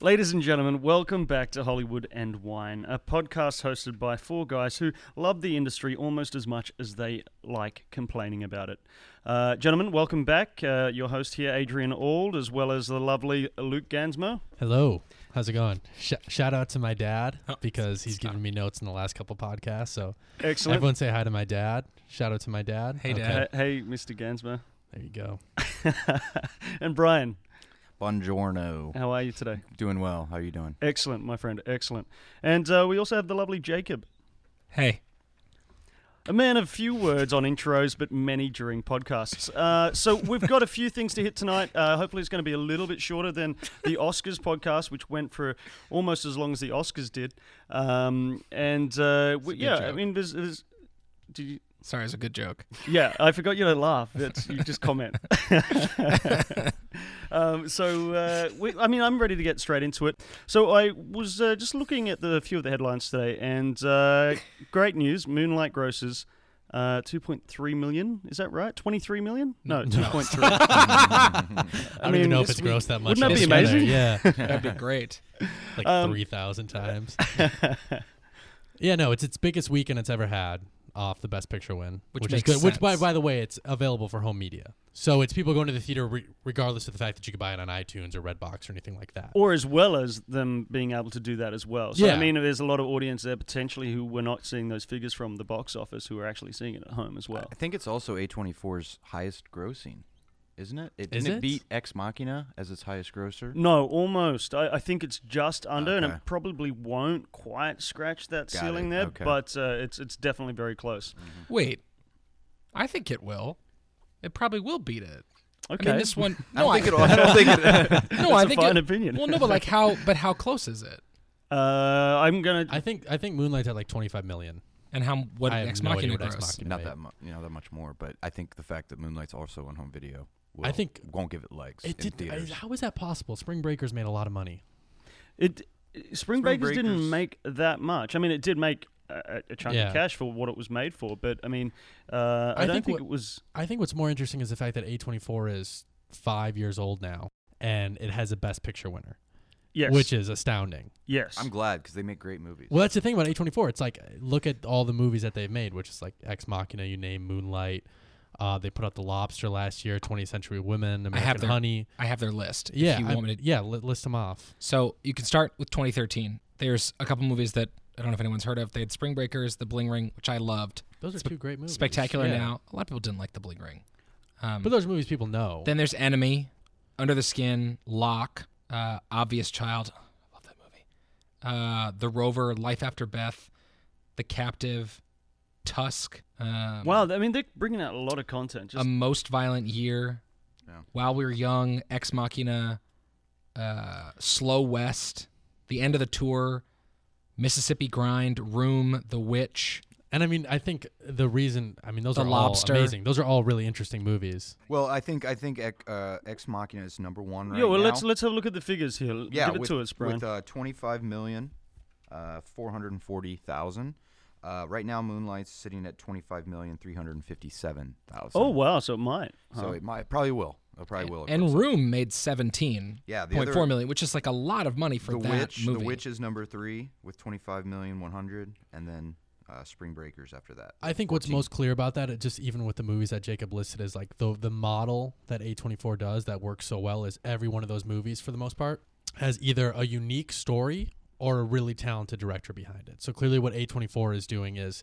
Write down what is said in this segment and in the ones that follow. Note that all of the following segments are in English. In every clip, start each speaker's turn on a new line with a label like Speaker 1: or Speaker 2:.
Speaker 1: Ladies and gentlemen, welcome back to Hollywood and Wine, a podcast hosted by four guys who love the industry almost as much as they like complaining about it. Uh, gentlemen, welcome back. Uh, your host here, Adrian Auld, as well as the lovely Luke Gansmo.
Speaker 2: Hello. How's it going? Sh- shout out to my dad because he's given me notes in the last couple podcasts. So
Speaker 1: Excellent.
Speaker 2: everyone say hi to my dad. Shout out to my dad.
Speaker 3: Hey, Dad.
Speaker 1: Uh, hey, Mr. Gansmo.
Speaker 2: There you go.
Speaker 1: and Brian,
Speaker 4: Buongiorno.
Speaker 1: how are you today?
Speaker 4: Doing well. How are you doing?
Speaker 1: Excellent, my friend. Excellent. And uh, we also have the lovely Jacob.
Speaker 3: Hey,
Speaker 1: A man of few words on intros, but many during podcasts. Uh, so we've got a few things to hit tonight. Uh, hopefully, it's going to be a little bit shorter than the Oscars podcast, which went for almost as long as the Oscars did. Um, and uh, we,
Speaker 3: good
Speaker 1: yeah, I
Speaker 3: joke.
Speaker 1: mean, there's, there's did you,
Speaker 3: sorry, it's a good joke.
Speaker 1: yeah, I forgot you don't laugh. That's, you just comment. um, so, uh, we, I mean, I'm ready to get straight into it. So, I was uh, just looking at the few of the headlines today, and uh, great news: Moonlight grosses uh, 2.3 million. Is that right? 23 million? No,
Speaker 3: No.
Speaker 1: 2.3.
Speaker 2: I, don't even know if it's gross that much.
Speaker 1: wouldn't that be
Speaker 2: altogether.
Speaker 1: amazing?
Speaker 2: Yeah,
Speaker 3: That'd be great.
Speaker 2: like
Speaker 1: Um,
Speaker 2: three thousand times. yeah, no, it's its biggest weekend it's ever had off the Best Picture win,
Speaker 3: Which
Speaker 2: is
Speaker 3: makes
Speaker 2: good. Which, by
Speaker 3: sense.
Speaker 2: by the way, it's available for home media, so it's people going to the theater re- regardless of the fact that you could buy it on iTunes or Redbox or anything like that.
Speaker 1: or as well as them being able to do that as well. So I
Speaker 2: Yeah.
Speaker 1: mean, there's a lot of audience there potentially who were not seeing those figures from the box office, who are actually seeing it at home as well.
Speaker 4: I think it's also A24's highest grossing, isn't it? it
Speaker 2: Is
Speaker 4: didn't
Speaker 2: it?
Speaker 4: it beat Ex Machina as its highest grosser?
Speaker 1: No, almost. I, I think it's just under, and
Speaker 4: Okay.
Speaker 1: it probably won't quite scratch that
Speaker 4: Got
Speaker 1: ceiling
Speaker 4: it,
Speaker 1: there,
Speaker 4: okay. Mm.
Speaker 1: but uh, it's it's definitely very close.
Speaker 3: Wait, I think it will. It probably will beat it.
Speaker 1: Okay,
Speaker 3: I mean, this one.
Speaker 4: I
Speaker 3: No,
Speaker 4: don't
Speaker 3: I,
Speaker 4: think it'll. I don't think it.
Speaker 3: no,
Speaker 1: That's
Speaker 3: I
Speaker 1: a
Speaker 3: think
Speaker 1: fine
Speaker 3: it-
Speaker 1: opinion.
Speaker 3: Well, no, but like how? But how close is it?
Speaker 1: uh, I'm gonna.
Speaker 2: I think I think Moonlight's at like twenty five million.
Speaker 3: And how? What
Speaker 2: I have
Speaker 3: Ex
Speaker 2: no idea
Speaker 3: Machina
Speaker 2: what Ex
Speaker 3: gross?
Speaker 2: Machina
Speaker 4: Not
Speaker 2: made.
Speaker 4: that much. You know that much more, but I think the fact that Moonlight's also on home video. Will,
Speaker 2: I think-
Speaker 4: won't give it legs
Speaker 2: It
Speaker 4: in
Speaker 2: did. I,
Speaker 4: theaters.
Speaker 2: how is that possible? Spring Breakers made a lot of money.
Speaker 1: It Spring,
Speaker 4: Spring
Speaker 1: Breakers, didn't
Speaker 4: Breakers-
Speaker 1: make that much. I mean, it did make a, a chunk of
Speaker 2: Yeah.
Speaker 1: cash for what it was made for, but I mean, uh, I,
Speaker 2: I
Speaker 1: don't think,
Speaker 2: think what-
Speaker 1: it was.
Speaker 2: I think what's more interesting is the fact that A24 is five years old now, and it has a Best Picture winner,
Speaker 1: Yes,
Speaker 2: which is astounding.
Speaker 1: yes,
Speaker 4: I'm glad because they make great movies.
Speaker 2: Well, that's the thing about A24. It's like look at all the movies that they've made, which is like Ex Machina, you name Moonlight. Uh, they put out The Lobster last year, 20th Century Women, American
Speaker 3: have their-
Speaker 2: Honey.
Speaker 3: I have their list. if
Speaker 2: Yeah,
Speaker 3: you
Speaker 2: I'm-
Speaker 3: want me to-
Speaker 2: yeah. Li- list them off.
Speaker 3: So you can start with 2013. There's a couple movies that I don't know if anyone's heard of. They had Spring Breakers, The Bling Ring, which I loved.
Speaker 2: Those are two great movies.
Speaker 3: Spectacular
Speaker 2: Yeah.
Speaker 3: Now. A lot of people didn't like The Bling Ring. Um,
Speaker 2: but those are movies people know.
Speaker 3: Then there's Enemy, Under the Skin, Lock, uh, Obvious Child. I love that movie. Uh, the Rover, Life After Beth, The Captive, Tusk. Um,
Speaker 1: wow, I mean, they're bringing out a lot of content. Just
Speaker 3: A Most Violent Year.
Speaker 4: Yeah.
Speaker 3: While We Were Young, Ex Machina, uh, Slow West, The End of the Tour, Mississippi Grind, Room, The Witch.
Speaker 2: and I mean, I think the reason, I mean, those
Speaker 3: The
Speaker 2: are
Speaker 3: Lobster.
Speaker 2: all amazing. Those are all really interesting movies.
Speaker 4: Well, I think I think Ex, uh, Ex Machina is number one right
Speaker 1: yeah, well,
Speaker 4: now.
Speaker 1: let's let's have a look at the figures here. L-
Speaker 4: yeah,
Speaker 1: Give it
Speaker 4: with,
Speaker 1: to us, Brian.
Speaker 4: With uh, 25 million, uh, 440,000. Uh, right now, Moonlight's sitting at 25 million, 357,000.
Speaker 1: oh wow, so it might. huh?
Speaker 4: So it might, probably will. It probably will.
Speaker 3: And Room made 17.
Speaker 4: yeah, the
Speaker 3: Point
Speaker 4: other-
Speaker 3: four million, which is like a lot of money for
Speaker 4: the
Speaker 3: that
Speaker 4: Witch,
Speaker 3: movie.
Speaker 4: The Witch is number three with 25 million, 100, and then uh, Spring Breakers after that.
Speaker 2: I think what's
Speaker 4: 14.
Speaker 2: most clear about that, it just even with the movies that Jacob listed, is like the the model that A24 does that works so well is every one of those movies for the most part has either a unique story or a really talented director behind it. So clearly, what A24 is doing is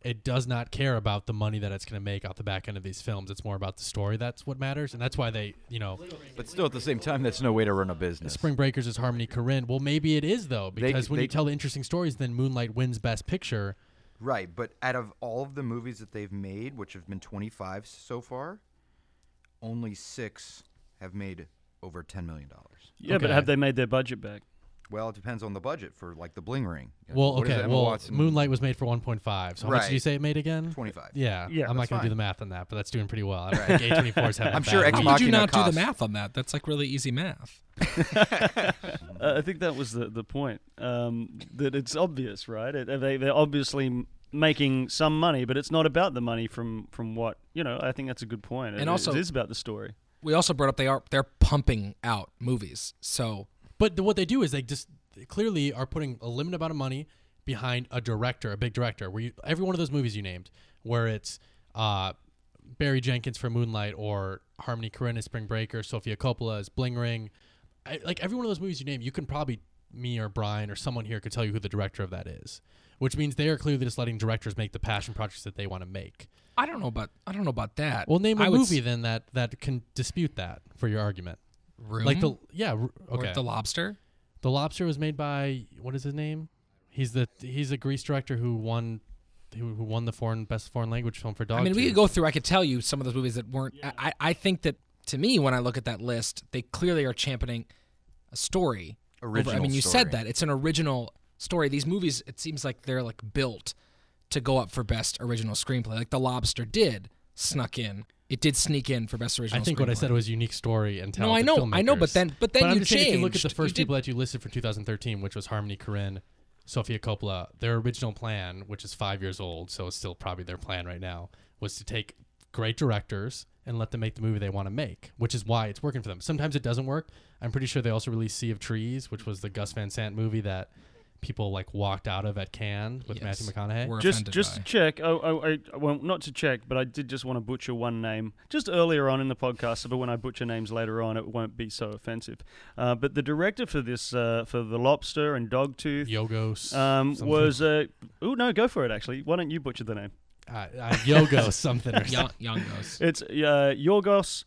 Speaker 2: it does not care about the money that it's going to make off the back end of these films. It's more about the story that's what matters, and that's why they, you know,
Speaker 4: But still, at the same time, that's no way to run a business.
Speaker 2: Spring Breakers is Harmony Korine. Well, maybe it is though,
Speaker 4: They-
Speaker 2: because when
Speaker 4: they-
Speaker 2: you tell the interesting stories, then Moonlight wins Best Picture.
Speaker 4: Right, but out of all of the movies that they've made, which have been 25 so far, only six have made over $10 million.
Speaker 1: Yeah, but
Speaker 2: Okay.
Speaker 1: have they made their budget back?
Speaker 4: Well, it depends on the budget for like the bling ring. You know,
Speaker 2: Well,
Speaker 4: what is
Speaker 2: okay.
Speaker 4: Emma
Speaker 2: Well,
Speaker 4: Watson?
Speaker 2: Moonlight was made for 1.5. So how much
Speaker 4: Right.
Speaker 2: did you say it made again?
Speaker 4: 25.
Speaker 2: Yeah,
Speaker 1: Yeah,
Speaker 2: I'm
Speaker 4: that's
Speaker 2: not going to do
Speaker 4: fine.
Speaker 2: the math on that, but that's doing pretty well. I don't think A24 is having.
Speaker 4: I'm
Speaker 2: a
Speaker 4: sure
Speaker 2: bad
Speaker 4: Ex
Speaker 3: How
Speaker 2: week.
Speaker 3: could you
Speaker 4: Machina
Speaker 3: not do the
Speaker 4: cost.
Speaker 3: math on that? That's like really easy math.
Speaker 1: Uh, I think that was the the point. Um, that it's obvious, right? It, they they're obviously m- making some money, but it's not about the money from from what you know. I think that's a good point. It-
Speaker 3: And also-
Speaker 1: it is about the story.
Speaker 3: we also brought up they are they're pumping out movies. So
Speaker 2: But the, what they do is they just clearly are putting a limited amount of money behind a director, a big director. Where you, every one of those movies you named, where it's uh, Barry Jenkins for Moonlight or Harmony Korine is Spring Breaker, Sofia Coppola is Bling Ring. I, like every one of those movies you name, you can probably me or Brian or someone here could tell you who the director of that is. Which means they are clearly just letting directors make the passion projects that they want to make.
Speaker 3: I don't know about I don't know about that.
Speaker 2: Well, name
Speaker 3: a
Speaker 2: a movie then that that can dispute that for your argument.
Speaker 3: room
Speaker 2: Like the yeah r- okay.
Speaker 3: or the lobster.
Speaker 2: The Lobster was made by what is his name? He's the he's a Greece director who won who, who won the foreign best foreign language film for Dog.
Speaker 3: I mean, we
Speaker 2: Tooth.
Speaker 3: could go through. I could tell you some of those movies that weren't. I, I I think that to me, when I look at that list, they clearly are championing a story. over- I
Speaker 4: Original
Speaker 3: mean, you
Speaker 4: story.
Speaker 3: said that it's an original story. These movies, it seems like they're like built to go up for best original screenplay. Like The Lobster did snuck in. It did sneak in for best
Speaker 2: I
Speaker 3: original.
Speaker 2: think
Speaker 3: screenplay.
Speaker 2: what I said was unique story and
Speaker 3: No, I
Speaker 2: talented
Speaker 3: know, I know, but
Speaker 2: filmmakers.
Speaker 3: then- but then
Speaker 2: I'm
Speaker 3: you
Speaker 2: just saying If you look at
Speaker 3: changed.
Speaker 2: the
Speaker 3: You
Speaker 2: first
Speaker 3: did-
Speaker 2: people that you listed for 2013, which was Harmony Korine, Sofia Coppola, their original plan, which is five years old, so it's still probably their plan right now, was to take great directors and let them make the movie they want to make, which is why it's working for them. Sometimes it doesn't work. I'm pretty sure they also released Sea of Trees, which was the Gus Van Sant movie that people like walked out of at Cannes with
Speaker 3: Yes.
Speaker 2: Matthew McConaughey.
Speaker 3: We're
Speaker 1: Just,
Speaker 3: offended
Speaker 1: just
Speaker 3: by.
Speaker 1: to check. Oh, oh, I, well, not to check, but I did just want to butcher one name just earlier on in the podcast. But when I butcher names later on, it won't be so offensive. Uh, but the director for this, uh, for the Lobster and Dogtooth,
Speaker 2: Yogos.
Speaker 1: um,
Speaker 2: something.
Speaker 1: was uh, oh no, go for it. Actually, why don't you butcher the name?
Speaker 2: uh, uh, Yogo something or something.
Speaker 3: Young, young goes.
Speaker 1: It's uh, Yorgos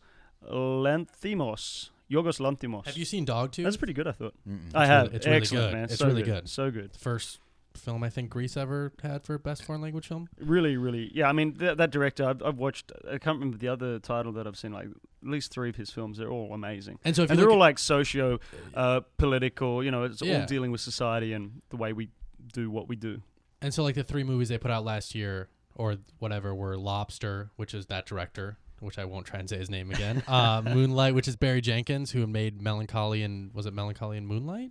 Speaker 1: Lanthimos. Yorgos Lanthimos.
Speaker 2: Have you seen Dog Tooth?
Speaker 1: That's pretty good, I thought.
Speaker 4: Mm-mm.
Speaker 1: I have.
Speaker 2: really- it's really
Speaker 1: Excellent,
Speaker 2: good.
Speaker 1: man.
Speaker 2: It's
Speaker 1: so
Speaker 2: really
Speaker 1: good.
Speaker 2: good.
Speaker 1: So good.
Speaker 2: the first film I think Greece ever had for best foreign language film.
Speaker 1: Really, really. Yeah, I mean, th- that director, I've, I've watched, I can't remember the other title that I've seen, like at least three of his films. They're all amazing.
Speaker 2: And so if
Speaker 1: and
Speaker 2: you
Speaker 1: they're
Speaker 2: look
Speaker 1: all like socio uh, political, you know, it's
Speaker 2: Yeah.
Speaker 1: all dealing with society and the way we do what we do.
Speaker 2: at- and so like the three movies they put out last year or whatever were Lobster, which is that director, which I won't try and say his name again. uh, Moonlight, which is Barry Jenkins, who made Melancholy and was it Melancholy and Moonlight,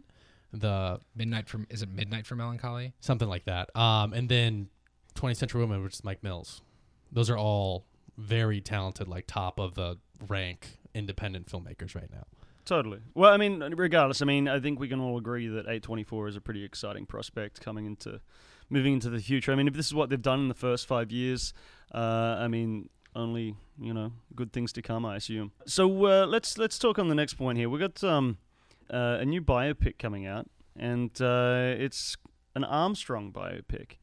Speaker 2: the
Speaker 3: Midnight from is it Midnight for Melancholy?
Speaker 2: something like that. Um, and then 20th Century Woman, which is Mike Mills. Those are all very talented, like top of the rank independent filmmakers right now.
Speaker 1: Totally. Well, I mean, regardless, I mean, I think we can all agree that 824 is a pretty exciting prospect coming into moving into the future. I mean, if this is what they've done in the first five years, uh, I mean, only you know good things to come, I assume. So uh, let's let's talk on the next point here. We got um, uh, a new biopic coming out, and uh, it's an Armstrong biopic.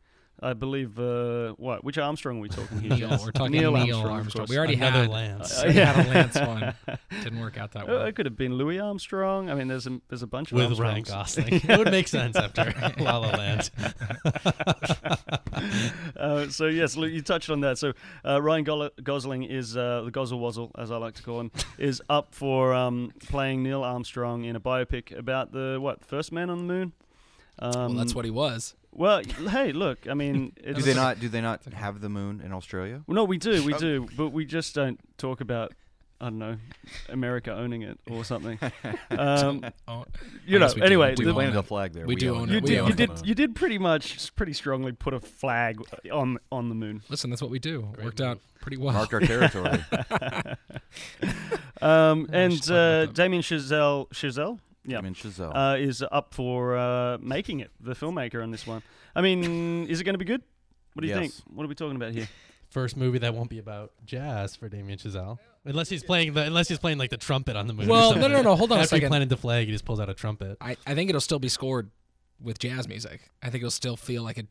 Speaker 1: I believe. Uh, what? Which Armstrong are we talking here?
Speaker 3: Neil, we're talking
Speaker 1: Neil
Speaker 3: Neil,
Speaker 1: Armstrong, of
Speaker 3: Armstrong.
Speaker 1: course.
Speaker 3: We already
Speaker 2: Another
Speaker 3: had
Speaker 2: Lance.
Speaker 3: we already had a Lance one. Didn't work out that
Speaker 1: Uh,
Speaker 3: well.
Speaker 1: it could have been Louis Armstrong. I mean, there's a there's a bunch of
Speaker 2: with Ryan
Speaker 1: Armstrongs.
Speaker 2: Gosling. It would make sense after La La Land.
Speaker 1: uh, so yes, Luke, you touched on that. So uh, Ryan Gol- Gosling is uh, the Gozzle Wazzle, as I like to call him, is up for um, playing Neil Armstrong in a biopic about the what first man on the moon. Um,
Speaker 3: well, that's what he was.
Speaker 1: Well, hey, look, I mean,
Speaker 4: Do
Speaker 1: it's,
Speaker 4: they not? Do they not have the moon in Australia?
Speaker 1: Well, no, we do, we
Speaker 4: Oh.
Speaker 1: do, but we just don't talk about. I don't know, America owning it or something. Um,
Speaker 3: Oh,
Speaker 1: you
Speaker 3: I
Speaker 1: know,
Speaker 3: guess we do.
Speaker 1: anyway,
Speaker 3: We
Speaker 1: the-
Speaker 3: own it.
Speaker 4: flag there.
Speaker 3: We do own it.
Speaker 1: you
Speaker 3: We
Speaker 1: did,
Speaker 3: own
Speaker 1: you
Speaker 3: it.
Speaker 1: did, you did pretty much, pretty strongly put a flag on on the moon.
Speaker 3: listen, that's what we do. It
Speaker 2: Great
Speaker 3: Worked
Speaker 2: move.
Speaker 3: out pretty well.
Speaker 4: Marked our territory.
Speaker 1: Um,
Speaker 3: Yeah, we should
Speaker 1: and
Speaker 3: talk about
Speaker 1: uh,
Speaker 3: that.
Speaker 1: Damien Chazelle, Chazelle Yeah.
Speaker 4: I mean, Chazelle.
Speaker 1: uh, is up for uh, making it, the filmmaker on this one. I mean, is it going to be good? What do you
Speaker 4: Yes.
Speaker 1: think? What are we talking about here?
Speaker 2: First movie that won't be about jazz for Damien Chazelle, unless he's playing the unless he's playing like the trumpet on the movie. or
Speaker 3: Well, no,
Speaker 2: something.
Speaker 3: no, no, hold on a
Speaker 2: After he
Speaker 3: second.
Speaker 2: planted the flag, he just pulls out a trumpet.
Speaker 3: I, I think it'll still be scored with jazz music. I think it'll still feel like a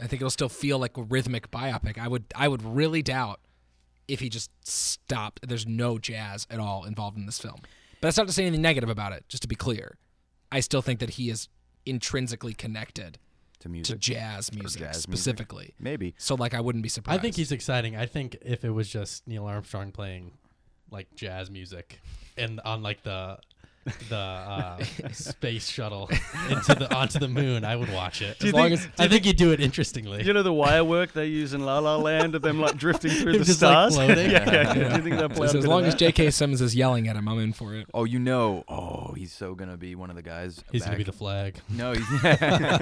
Speaker 3: I think it'll still feel like a rhythmic biopic. I would I would really doubt if he just stopped. There's no jazz at all involved in this film. But that's not to say anything negative about it, just to be clear. I still think that he is intrinsically connected
Speaker 4: to
Speaker 3: to
Speaker 4: music.
Speaker 3: jazz music
Speaker 4: jazz music.
Speaker 3: specifically.
Speaker 4: Maybe.
Speaker 3: So like I wouldn't be
Speaker 2: I
Speaker 3: surprised.
Speaker 2: think he's exciting. I think if it was just Neil Armstrong playing like jazz music and on like the the uh, space shuttle into the onto the moon, I would watch it.
Speaker 1: you
Speaker 2: As long
Speaker 1: think-
Speaker 2: as- I think he'd do it interestingly.
Speaker 1: You know the wire work they use in La La Land of them like drifting through
Speaker 2: Him
Speaker 1: the
Speaker 2: just, like,
Speaker 1: stars?
Speaker 2: floating?
Speaker 1: yeah, yeah, yeah. Do you think they'll play
Speaker 3: Just
Speaker 1: a bit of
Speaker 3: as long as
Speaker 1: that?
Speaker 3: J.K. Simmons is yelling at him, I'm in for it.
Speaker 4: Oh, you know. Oh, he's so gonna be one of the guys.
Speaker 2: he's gonna
Speaker 4: back-
Speaker 2: be the flag.
Speaker 4: No, he's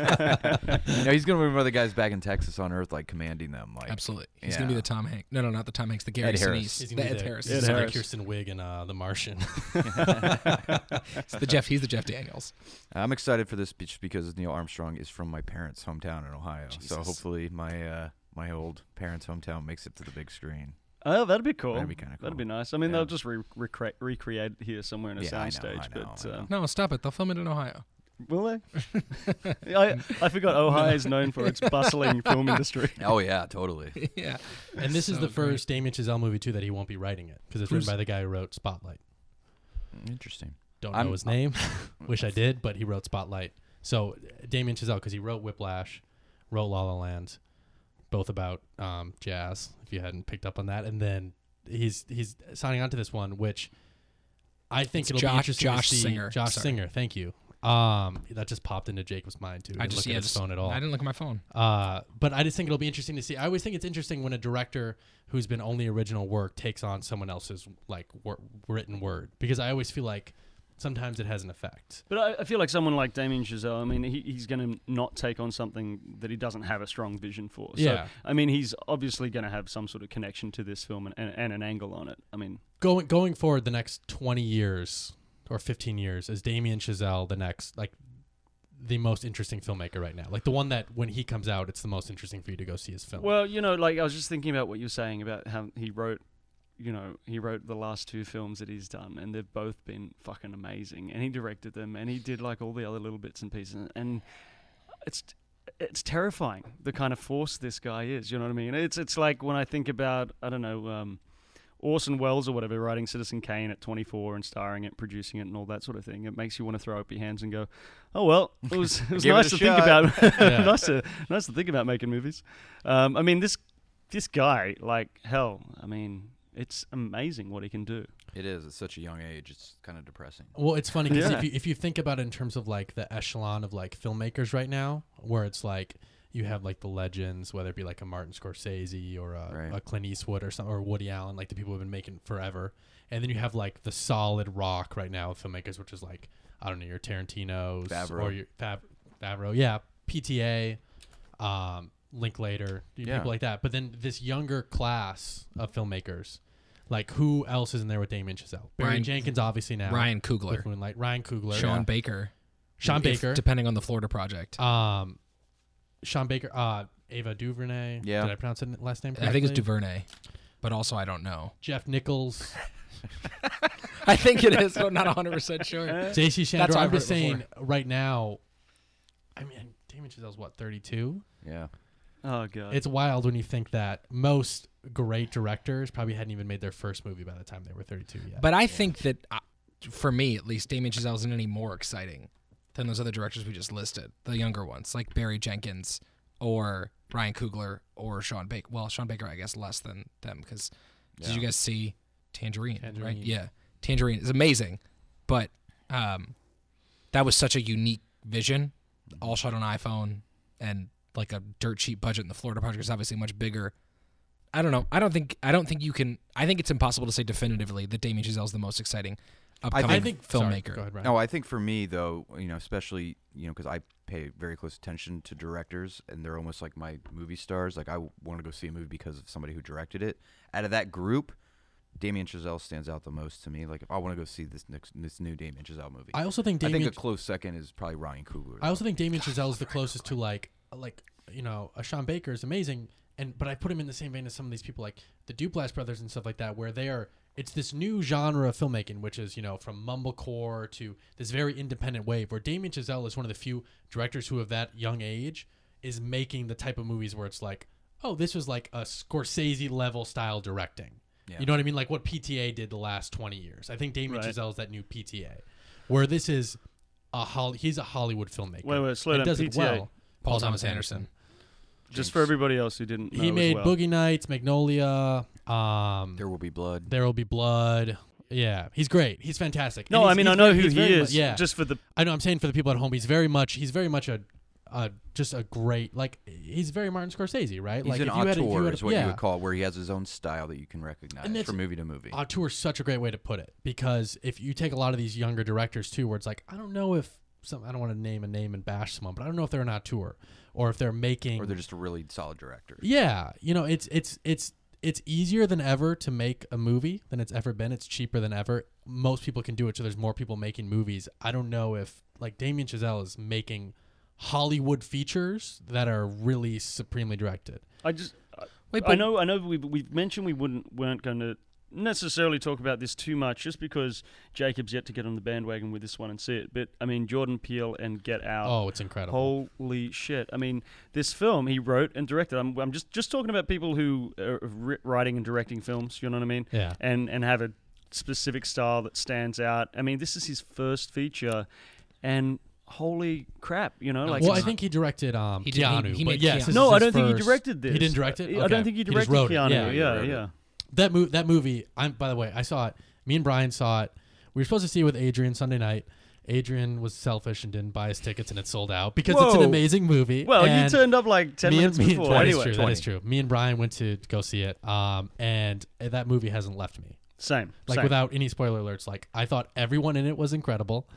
Speaker 4: no, he's gonna be one of the guys back in Texas on Earth, like commanding them. Like
Speaker 3: Absolutely, he's gonna be
Speaker 4: Yeah.
Speaker 3: the Tom Hanks. No, no, not the Tom Hanks. The Gary
Speaker 4: Ed Harris.
Speaker 3: Sinise.
Speaker 2: He's
Speaker 3: the
Speaker 2: gonna
Speaker 3: Ed
Speaker 2: be the,
Speaker 3: Harris.
Speaker 1: Ed
Speaker 2: he's
Speaker 3: Sorry.
Speaker 2: like
Speaker 1: Harris.
Speaker 2: Kirsten Wig and uh, The Martian.
Speaker 3: It's the Jeff. He's the Jeff Daniels.
Speaker 4: I'm excited for this speech because Neil Armstrong is from my parents' hometown in Ohio. So
Speaker 3: Jesus.
Speaker 4: hopefully my uh, my old parents' hometown makes it to the big screen.
Speaker 1: Oh, that'd be cool.
Speaker 4: That'd be kinda
Speaker 1: That'd
Speaker 4: cool.
Speaker 1: be nice. I mean,
Speaker 4: Yeah.
Speaker 1: they'll just re- recre- recreate it here somewhere in a
Speaker 4: Yeah, I know,
Speaker 1: soundstage.
Speaker 4: I know,
Speaker 1: But
Speaker 4: I know.
Speaker 1: um,
Speaker 3: No, stop it. They'll film it in Ohio.
Speaker 1: will they? I I forgot Ohio is known for its bustling film industry.
Speaker 4: Oh yeah, totally.
Speaker 3: yeah.
Speaker 2: And this is
Speaker 3: So
Speaker 2: the
Speaker 3: great.
Speaker 2: first Damien Chazelle movie too that he won't be writing it because it's
Speaker 3: Who's-
Speaker 2: written by the guy who wrote Spotlight.
Speaker 4: Interesting.
Speaker 2: Don't
Speaker 4: I'm-
Speaker 2: know his name. Wish I did, but he wrote Spotlight. So uh, Damien Chazelle because he wrote Whiplash, wrote La La Land, both about um, jazz. If you hadn't picked up on that, and then he's he's signing on to this one, which I think
Speaker 3: It's
Speaker 2: it'll
Speaker 3: Josh-
Speaker 2: be interesting
Speaker 3: Josh
Speaker 2: to see.
Speaker 3: Singer.
Speaker 2: Josh
Speaker 3: Sorry.
Speaker 2: Singer, thank you. Um, that just popped into Jacob's mind too. He
Speaker 3: I
Speaker 2: didn't
Speaker 3: just
Speaker 2: look
Speaker 3: yeah,
Speaker 2: at his
Speaker 3: just-
Speaker 2: phone at all.
Speaker 3: I didn't look at my phone.
Speaker 2: Uh, but I just think it'll be interesting to see. I always think it's interesting when a director who's been only original work takes on someone else's like wor- written word because I always feel like sometimes it has an effect.
Speaker 1: But I, I feel like someone like Damien Chazelle, I mean, he, he's going to not take on something that he doesn't have a strong vision for. So,
Speaker 2: Yeah.
Speaker 1: I mean, he's obviously going to have some sort of connection to this film and, and, and an angle on it. I mean,
Speaker 2: Going going forward, the next twenty years or fifteen years is Damien Chazelle the next like the most interesting filmmaker right now. Like the one that when he comes out, it's the most interesting for you to go see his film.
Speaker 1: well, you know, like I was just thinking about what you're saying about how he wrote, you know, he wrote the last two films that he's done, and they've both been fucking amazing. And he directed them, and he did like all the other little bits and pieces, and it's it's terrifying the kind of force this guy is. You know what I mean? It's it's like when I think about I don't know um, Orson Welles or whatever writing Citizen Kane at 24 and starring it, producing it, and all that sort of thing. It makes you want to throw up your hands and go, "Oh well, it was it was
Speaker 4: Give it
Speaker 1: nice
Speaker 4: a
Speaker 1: to
Speaker 4: shot."
Speaker 1: think about,
Speaker 2: Yeah.
Speaker 1: nice to nice to think about making movies." Um, I mean this this guy like hell. I mean it's amazing what he can do.
Speaker 4: It is. At such a young age, it's kind of depressing.
Speaker 2: Well, it's funny because
Speaker 1: Yeah.
Speaker 2: if you if you think about it in terms of like the echelon of like filmmakers right now, where it's like you have like the legends, whether it be like a Martin Scorsese or a,
Speaker 4: Right.
Speaker 2: a Clint Eastwood or some or Woody Allen, like the people who've been making forever, and then you have like the solid rock right now of filmmakers, which is like I don't know your Tarantino's
Speaker 4: Favreau.
Speaker 2: or your Fav- Favreau, yeah, PTA, um, Linklater, you know,
Speaker 4: Yeah.
Speaker 2: people like that. But then this younger class of filmmakers. Like who else is in there with Damien Chazelle? Barry
Speaker 3: Ryan-
Speaker 2: Jenkins, obviously now.
Speaker 3: Ryan
Speaker 2: With
Speaker 3: Coogler,
Speaker 2: Moonlight. Ryan Coogler.
Speaker 3: Sean Baker,
Speaker 2: Sean
Speaker 3: if-
Speaker 2: Baker.
Speaker 3: depending on the Florida project.
Speaker 2: um, Sean Baker. Uh, Ava DuVernay.
Speaker 4: Yeah.
Speaker 2: Did I pronounce her last name correctly?
Speaker 3: I think it's DuVernay, but also I don't know.
Speaker 2: Jeff Nichols.
Speaker 3: I think it is. But I'm not 100 percent sure.
Speaker 2: J.C.
Speaker 3: That's
Speaker 2: Shandor.
Speaker 3: how I've
Speaker 2: I'm just
Speaker 3: heard it
Speaker 2: saying right now, I mean, Damien Chazelle's what, 32?
Speaker 4: Yeah.
Speaker 1: Oh god,
Speaker 2: It's wild when you think that most great directors probably hadn't even made their first movie by the time they were 32 yet.
Speaker 3: But I think that, uh, for me at least, Damien Chazelle isn't any more exciting than those other directors we just listed, the younger ones like Barry Jenkins or Ryan Coogler or Sean Baker. Well, Sean Baker, I guess, less than them because did you guys see Tangerine? Right?
Speaker 2: Tangerine.
Speaker 3: Yeah, Tangerine is amazing, but um, that was such a unique vision, all shot on iPhone and like a dirt cheap budget. And the Florida project is obviously much bigger. I don't know. I don't think. I don't think you can. I think it's impossible to say definitively that Damien Chazelle is the most exciting upcoming
Speaker 2: I think
Speaker 3: filmmaker.
Speaker 2: Sorry, go ahead, Ryan.
Speaker 4: No, I think for me though, you know, especially you know, because I pay very close attention to directors, and they're almost like my movie stars. Like I want to go see a movie because of somebody who directed it. Out of that group, Damien Chazelle stands out the most to me. Like if I want to go see this next this new Damien Chazelle movie,
Speaker 2: I also think
Speaker 4: I
Speaker 2: Damien.
Speaker 4: think a close second is probably Ryan Coogler.
Speaker 2: I also think Damien Chazelle is the closest to like uh, like you know a Sean Baker is amazing, and but I put him in the same vein as some of these people like the Duplass brothers and stuff like that, where they are. It's this new genre of filmmaking, which is you know from mumblecore to this very independent wave, where Damien Chazelle is one of the few directors who, of that young age, is making the type of movies where it's like, oh, this was like a Scorsese level style directing. You know what I mean? Like what PTA did the last 20 years. I think Damien
Speaker 1: Right.
Speaker 2: Chazelle is that new PTA, where this is a Hol- he's a Hollywood filmmaker.
Speaker 1: Wait, wait, slow
Speaker 2: It
Speaker 1: down.
Speaker 2: Does it
Speaker 1: PTA.
Speaker 2: well.
Speaker 3: Paul Thomas Anderson.
Speaker 1: just for everybody else who didn't. Know
Speaker 2: He
Speaker 1: as
Speaker 2: made
Speaker 1: well.
Speaker 2: Boogie Nights, Magnolia. Um,
Speaker 4: there will be blood.
Speaker 2: there will be blood. Yeah, he's great. He's fantastic.
Speaker 1: No,
Speaker 2: And
Speaker 1: I
Speaker 2: he's-
Speaker 1: mean I
Speaker 2: he's
Speaker 1: know
Speaker 2: very-
Speaker 1: who
Speaker 2: he's
Speaker 1: he
Speaker 2: very mu-
Speaker 1: is.
Speaker 2: yeah,
Speaker 1: just for the
Speaker 2: I know. I'm saying for the people at home, he's very much. He's very much a, a just a great like. He's very Martin Scorsese, right?
Speaker 4: He's
Speaker 2: like
Speaker 4: an
Speaker 2: if you had, a- if you
Speaker 4: auteur,
Speaker 2: had a-
Speaker 4: is what
Speaker 2: yeah.
Speaker 4: you would call, it, where he has his own style that you can recognize
Speaker 2: And that's-
Speaker 4: from movie to movie.
Speaker 2: Auteur is such a great way to put it because if you take a lot of these younger directors too, where it's like, I don't know if some, I don't want to name a name and bash someone, but I don't know if they're an auteur or if they're making,
Speaker 4: or they're just a really solid director.
Speaker 2: yeah, you know, it's it's it's it's easier than ever to make a movie than it's ever been. It's cheaper than ever. Most people can do it, so there's more people making movies. I don't know if like Damien Chazelle is making Hollywood features that are really supremely directed.
Speaker 1: I just
Speaker 3: Wait,
Speaker 1: I know I know we we mentioned we wouldn't weren't going to necessarily talk about this too much just because Jacob's yet to get on the bandwagon with this one and see it. But I mean Jordan Peele and Get Out.
Speaker 2: Oh, it's incredible.
Speaker 1: Holy shit! I mean, this film he wrote and directed. I'm, I'm just just talking about people who are ri- writing and directing films. You know what I mean?
Speaker 2: Yeah.
Speaker 1: And and have a specific style that stands out. I mean, this is his first feature, and holy crap! You know, like
Speaker 2: well,
Speaker 1: it's-
Speaker 2: I think he directed um
Speaker 3: He did- he-
Speaker 2: Keanu.
Speaker 3: he
Speaker 2: but
Speaker 3: made
Speaker 2: yes,
Speaker 3: Keanu.
Speaker 2: this
Speaker 1: no,
Speaker 2: is
Speaker 1: I
Speaker 2: his
Speaker 1: don't think he
Speaker 2: first-
Speaker 1: directed this.
Speaker 2: He didn't direct it.
Speaker 1: I
Speaker 2: Okay.
Speaker 1: don't think he
Speaker 2: just
Speaker 1: directed
Speaker 2: wrote it.
Speaker 1: Keanu.
Speaker 2: Yeah, he
Speaker 1: yeah,
Speaker 4: wrote it.
Speaker 1: yeah.
Speaker 2: That movie. That movie. I'm. By the way, I saw it. Me and Brian saw it. We were supposed to see it with Adrian Sunday night. Adrian was selfish and didn't buy his tickets, and it sold out because it's an
Speaker 1: Whoa.
Speaker 2: amazing movie.
Speaker 1: Well, you
Speaker 2: and
Speaker 1: turned up like ten
Speaker 2: me and-
Speaker 1: minutes
Speaker 2: me and-
Speaker 1: before.
Speaker 2: that is
Speaker 1: anyway,
Speaker 2: true, that is true. Me and Brian went to go see it, um, and that movie hasn't left me.
Speaker 1: same.
Speaker 2: Like
Speaker 1: same.
Speaker 2: without any spoiler alerts. Like I thought everyone in it was incredible.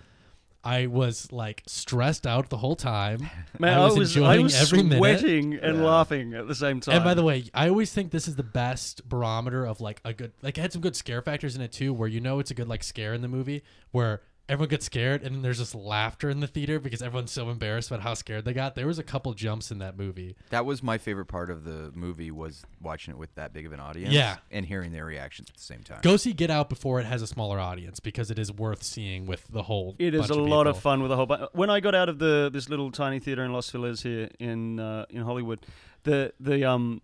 Speaker 2: I was like stressed out the whole time.
Speaker 1: Man,
Speaker 2: I was enjoying
Speaker 1: I was
Speaker 2: every minute.
Speaker 1: sweating and laughing at the same time.
Speaker 2: And by the way, I always think this is the best barometer of like a good like it had some good scare factors in it too, where you know it's a good like scare in the movie where everyone gets scared and then there's just laughter in the theater because everyone's so embarrassed about how scared they got. There was a couple jumps in that movie.
Speaker 4: That was my favorite part of the movie was watching it with that big of an audience.
Speaker 2: Yeah.
Speaker 4: And hearing their reactions at the same time.
Speaker 2: Go see Get Out before it has a smaller audience because it is worth seeing with the whole.
Speaker 1: It is
Speaker 2: bunch
Speaker 1: a lot of
Speaker 2: people.
Speaker 1: fun with a whole bunch. When I got out of the this little tiny theater in Los Feliz here in uh, in Hollywood, the the um.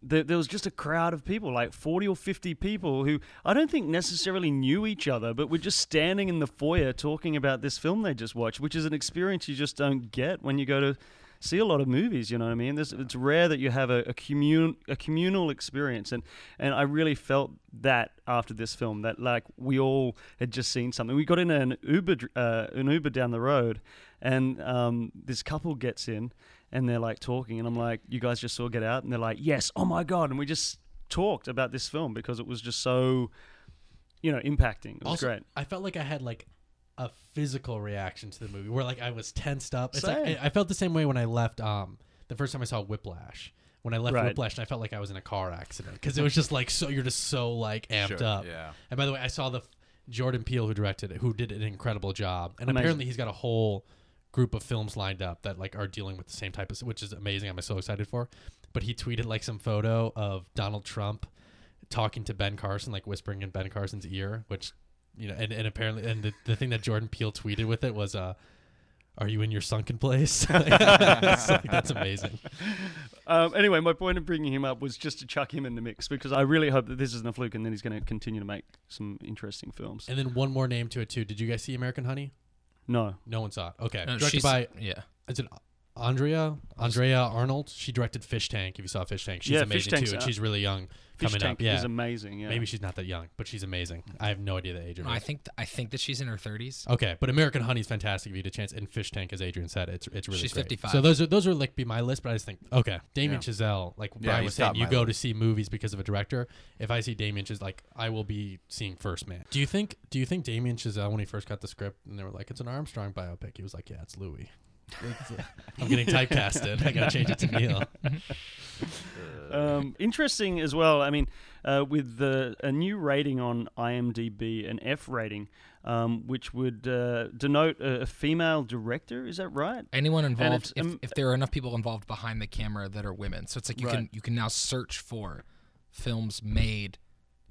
Speaker 1: the- There was just a crowd of people, like 40 or 50 people, who I don't think necessarily knew each other, but were just standing in the foyer talking about this film they just watched, which is an experience you just don't get when you go to see a lot of movies. You know what I mean? There's, it's rare that you have a, a, commun, a communal experience, and and I really felt that after this film that like we all had just seen something. We got in an Uber dr- uh, an Uber down the road, and um, this couple gets in, and they're like talking, and I'm like, "You guys just saw Get Out," and they're like, "Yes, oh my god!" And we just talked about this film because it was just so. You know, impacting. It was
Speaker 2: also,
Speaker 1: great.
Speaker 2: I felt like I had like a physical reaction to the movie where like I was tensed up. It's like
Speaker 1: Same.
Speaker 2: I, I felt the same way when I left um the first time I saw Whiplash. When I left
Speaker 1: Right.
Speaker 2: Whiplash, and I felt like I was in a car accident because it was just like so you're just so like amped
Speaker 4: Shook,
Speaker 2: up.
Speaker 4: yeah.
Speaker 2: And by the way, I saw the f- Jordan Peele who directed it, who did an incredible job, and
Speaker 1: Amazing.
Speaker 2: apparently he's got a whole group of films lined up that like are dealing with the same type of which is amazing. I'm so excited for. But he tweeted like some photo of Donald Trump talking to Ben Carson, like whispering in Ben Carson's ear, which you know, and, and apparently, and the, the thing that Jordan Peele tweeted with it was, uh, "Are you in your sunken place?" It's like, that's amazing.
Speaker 1: Um, anyway, my point of bringing him up was just to chuck him in the mix because I really hope that this isn't a fluke and then he's going to continue to make some interesting films.
Speaker 2: And then one more name to it too. Did you guys see American Honey?
Speaker 1: No.
Speaker 2: No one saw it. Okay,
Speaker 3: No,
Speaker 2: directed
Speaker 3: she's-
Speaker 2: by
Speaker 3: yeah.
Speaker 2: is it Andrea Andrea Arnold? She directed Fish Tank. If you saw Fish Tank, she's
Speaker 1: Yeah, Fish
Speaker 2: amazing
Speaker 1: Tank's
Speaker 2: too, and
Speaker 1: out.
Speaker 2: she's really young
Speaker 1: Fish
Speaker 2: coming
Speaker 1: Tank
Speaker 2: up. Yeah,
Speaker 1: is amazing. Yeah.
Speaker 2: maybe she's not that young, but she's amazing. I have no idea the age of
Speaker 3: No,
Speaker 2: her.
Speaker 3: I think I think that she's in her 30s.
Speaker 2: Okay, but American Honey's fantastic if you get a chance. And Fish Tank, as Adrian said, it's it's really
Speaker 3: She's
Speaker 2: great.
Speaker 3: 55.
Speaker 2: So those are those are like be my list, but I just think okay, Damien Chazelle, like
Speaker 4: Yeah,
Speaker 2: Brian
Speaker 4: he's
Speaker 2: was saying,
Speaker 4: top of
Speaker 2: you
Speaker 4: my
Speaker 2: go to
Speaker 4: list.
Speaker 2: see movies because of a director. If I see Damien Chazelle, like I will be seeing First Man. Do you think do you think Damien Chazelle when he first got the script and they were like it's an Armstrong biopic, he was like yeah it's Louis. I'm getting typecasted. I gotta change it to Neil.
Speaker 1: Um, interesting as well. I mean, uh, with the, a new rating on IMDb, an F rating, um, which would uh, denote a, a female director. Is that right?
Speaker 3: Anyone
Speaker 1: it's,
Speaker 3: involved, if,
Speaker 1: um,
Speaker 3: if there are enough people involved behind the camera that are women, so it's like you can
Speaker 1: Right.
Speaker 3: you can now search for films made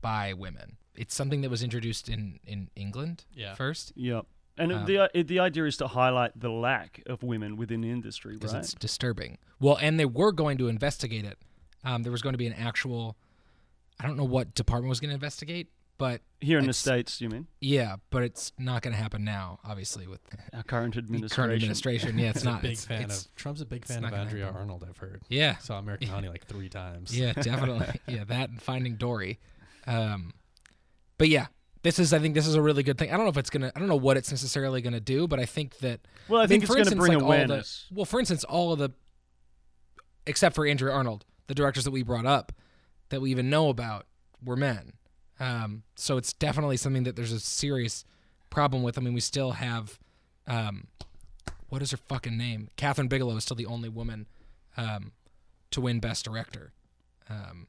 Speaker 3: by women. It's something that was introduced in in England
Speaker 2: Yeah.
Speaker 3: first
Speaker 1: Yeah. And
Speaker 3: Um,
Speaker 1: the it, the idea is to highlight the lack of women within the industry,
Speaker 3: because
Speaker 1: right?
Speaker 3: it's disturbing. Well, and they were going to investigate it. Um, there was going to be an actual, I don't know what department was going to investigate, but
Speaker 1: Here in the
Speaker 3: it's-
Speaker 1: states, you mean
Speaker 3: yeah, but it's not going to happen now, obviously with the
Speaker 1: our current administration?
Speaker 3: current administration. Yeah, it's not
Speaker 2: Big
Speaker 3: it's-
Speaker 2: fan
Speaker 3: it's-
Speaker 2: of Trump's a big fan
Speaker 3: not
Speaker 2: of
Speaker 3: gonna
Speaker 2: Andrea
Speaker 3: happen.
Speaker 2: Arnold. I've heard.
Speaker 3: yeah,
Speaker 2: Saw American Honey like three times.
Speaker 3: Yeah, definitely. yeah, that and Finding Dory. Um, but yeah, this is. I think this is a really good thing. I don't know if it's gonna. I don't know what it's necessarily gonna do, but I think that.
Speaker 1: Well, I,
Speaker 3: mean,
Speaker 1: think
Speaker 3: for
Speaker 1: it's going to
Speaker 3: instance,
Speaker 1: bring
Speaker 3: like, all the-
Speaker 1: awareness.
Speaker 3: well, for instance, all of the, except for Andrew Arnold, the directors that we brought up, that we even know about, were men. Um, so it's definitely something that there's a serious problem with. I mean, we still have, um, what is her fucking name? Catherine Bigelow is still the only woman um, to win Best Director. Um,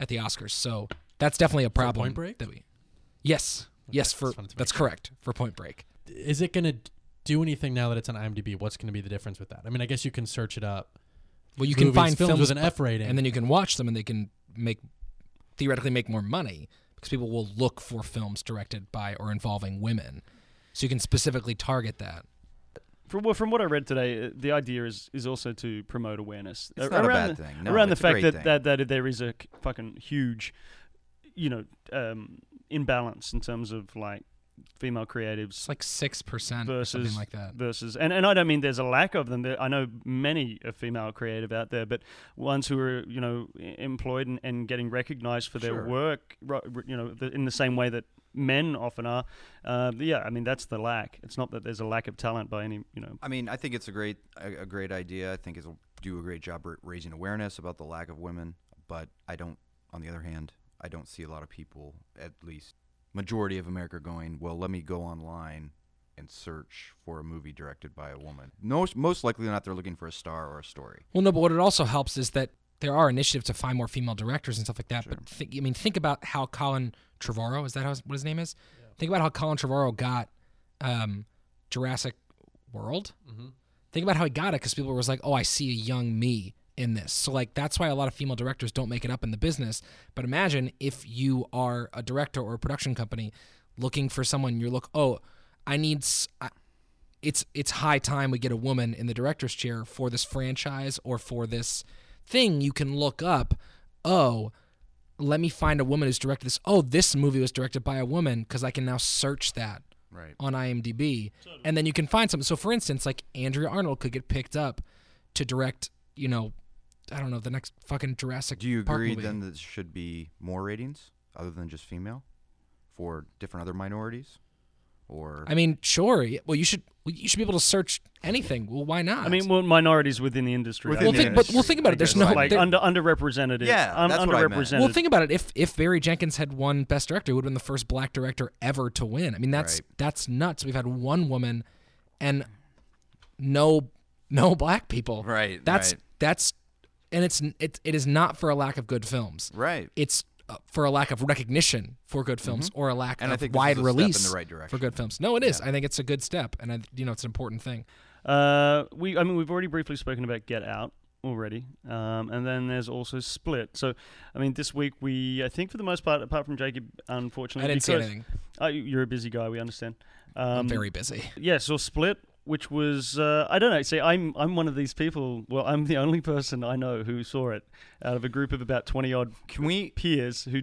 Speaker 3: at the Oscars. So that's definitely a problem.
Speaker 2: Point Break?
Speaker 3: That we, yes, yes, for
Speaker 2: just wanted to
Speaker 3: that's correct for Point Break.
Speaker 2: Is it going to do anything now that it's on IMDb? What's going to be the difference with that? I mean, I guess you can search it up.
Speaker 3: Well, you can
Speaker 2: Movies,
Speaker 3: find
Speaker 2: films
Speaker 3: films
Speaker 2: with an
Speaker 3: bu-
Speaker 2: F rating.
Speaker 3: and then you can watch them, and they can make theoretically make more money because people will look for films directed by or involving women. So you can specifically target that.
Speaker 1: From, well, from what I read today, uh, the idea is, is also to promote awareness
Speaker 4: It's
Speaker 1: A-
Speaker 4: not a
Speaker 1: around
Speaker 4: bad
Speaker 1: the,
Speaker 4: thing. No,
Speaker 1: around
Speaker 4: it's
Speaker 1: the
Speaker 4: a
Speaker 1: fact
Speaker 4: great
Speaker 1: that,
Speaker 4: thing.
Speaker 1: that that there is a c- fucking huge, you know, um, imbalance in terms of like female creatives
Speaker 3: It's like six percent,
Speaker 1: versus
Speaker 3: something like that.
Speaker 1: versus and, and I don't mean there's a lack of them. There, I know many a female creative out there, but ones who are you know e- employed and, and getting recognized for their
Speaker 4: Sure.
Speaker 1: work, ri- ri- you know, the, in the same way that men often are. Uh, yeah, I mean that's the lack. It's not that there's a lack of talent by any you know.
Speaker 4: I mean, I think it's a great a, a great idea. I think it'll do a great job ra- raising awareness about the lack of women. But I don't. On the other hand, I don't see a lot of people, at least majority of America, going. Well, let me go online and search for a movie directed by a woman. Most most likely not, they're looking for a star or a story.
Speaker 3: Well, no, but what it also helps is that there are initiatives to find more female directors and stuff like that. But think, I mean, think about how Colin Trevorrow is that how his, what his name is? Think about how Colin Trevorrow got um, Jurassic World.
Speaker 2: Mm-hmm.
Speaker 3: Think about how he got it because people was like, "Oh, I see a young me in this." So like that's why a lot of female directors don't make it up in the business. But imagine if you are a director or a production company looking for someone, you look, "Oh, I need." s- I- it's it's high time we get a woman in the director's chair for this franchise or for this thing you can look up oh let me find a woman who's directed this oh this movie was directed by a woman because i can now search that
Speaker 4: Right.
Speaker 3: on imdb and then you can find something so for instance like andrea arnold could get picked up to direct you know i don't know the next fucking jurassic
Speaker 4: Do you
Speaker 3: Park
Speaker 4: agree
Speaker 3: movie.
Speaker 4: then that there should be more ratings other than just female for different other minorities? Or
Speaker 3: i mean sure yeah, well you should well, you should be able to search anything well why not
Speaker 1: I mean, well, minorities within the industry.
Speaker 4: Within
Speaker 1: I
Speaker 3: well
Speaker 4: the
Speaker 1: guess.
Speaker 3: think, but,
Speaker 4: industry.
Speaker 3: well think about it there's
Speaker 4: Like,
Speaker 3: no
Speaker 1: like
Speaker 3: there-
Speaker 1: under underrepresented.
Speaker 4: Yeah,
Speaker 1: un-
Speaker 4: that's what I meant.
Speaker 1: underrepresented.
Speaker 3: Well, think about it. If if Barry Jenkins had won Best Director, it would have been the first Black director ever to win. I mean, that's
Speaker 4: Right.
Speaker 3: that's nuts. We've had one woman, and no no Black people.
Speaker 4: Right,
Speaker 3: That's
Speaker 4: right.
Speaker 3: that's, and it's it, it is not for a lack of good films.
Speaker 4: right.
Speaker 3: It's uh, for a lack of recognition for good films or a lack
Speaker 4: Mm-hmm. And I
Speaker 3: of
Speaker 4: think this
Speaker 3: wide
Speaker 4: is a step in the
Speaker 3: release
Speaker 4: right
Speaker 3: for
Speaker 4: direction.
Speaker 3: good films. No, it is. I think it's a good step, and I you know it's an important thing.
Speaker 1: Uh, we, I mean, we've already briefly spoken about Get Out already, um, and then there's also Split. So, I mean, this week we, I think, for the most part, apart from Jacob, unfortunately,
Speaker 3: I didn't see
Speaker 1: Mm, because-
Speaker 3: anything.
Speaker 1: Uh, you- you're a busy guy. We understand. Um,
Speaker 3: I'm very busy.
Speaker 1: Yeah, so Split, which was uh, I don't know. See, I'm I'm one of these people. Well, I'm the only person I know who saw it out of a group of about twenty odd
Speaker 4: Can we
Speaker 1: peers who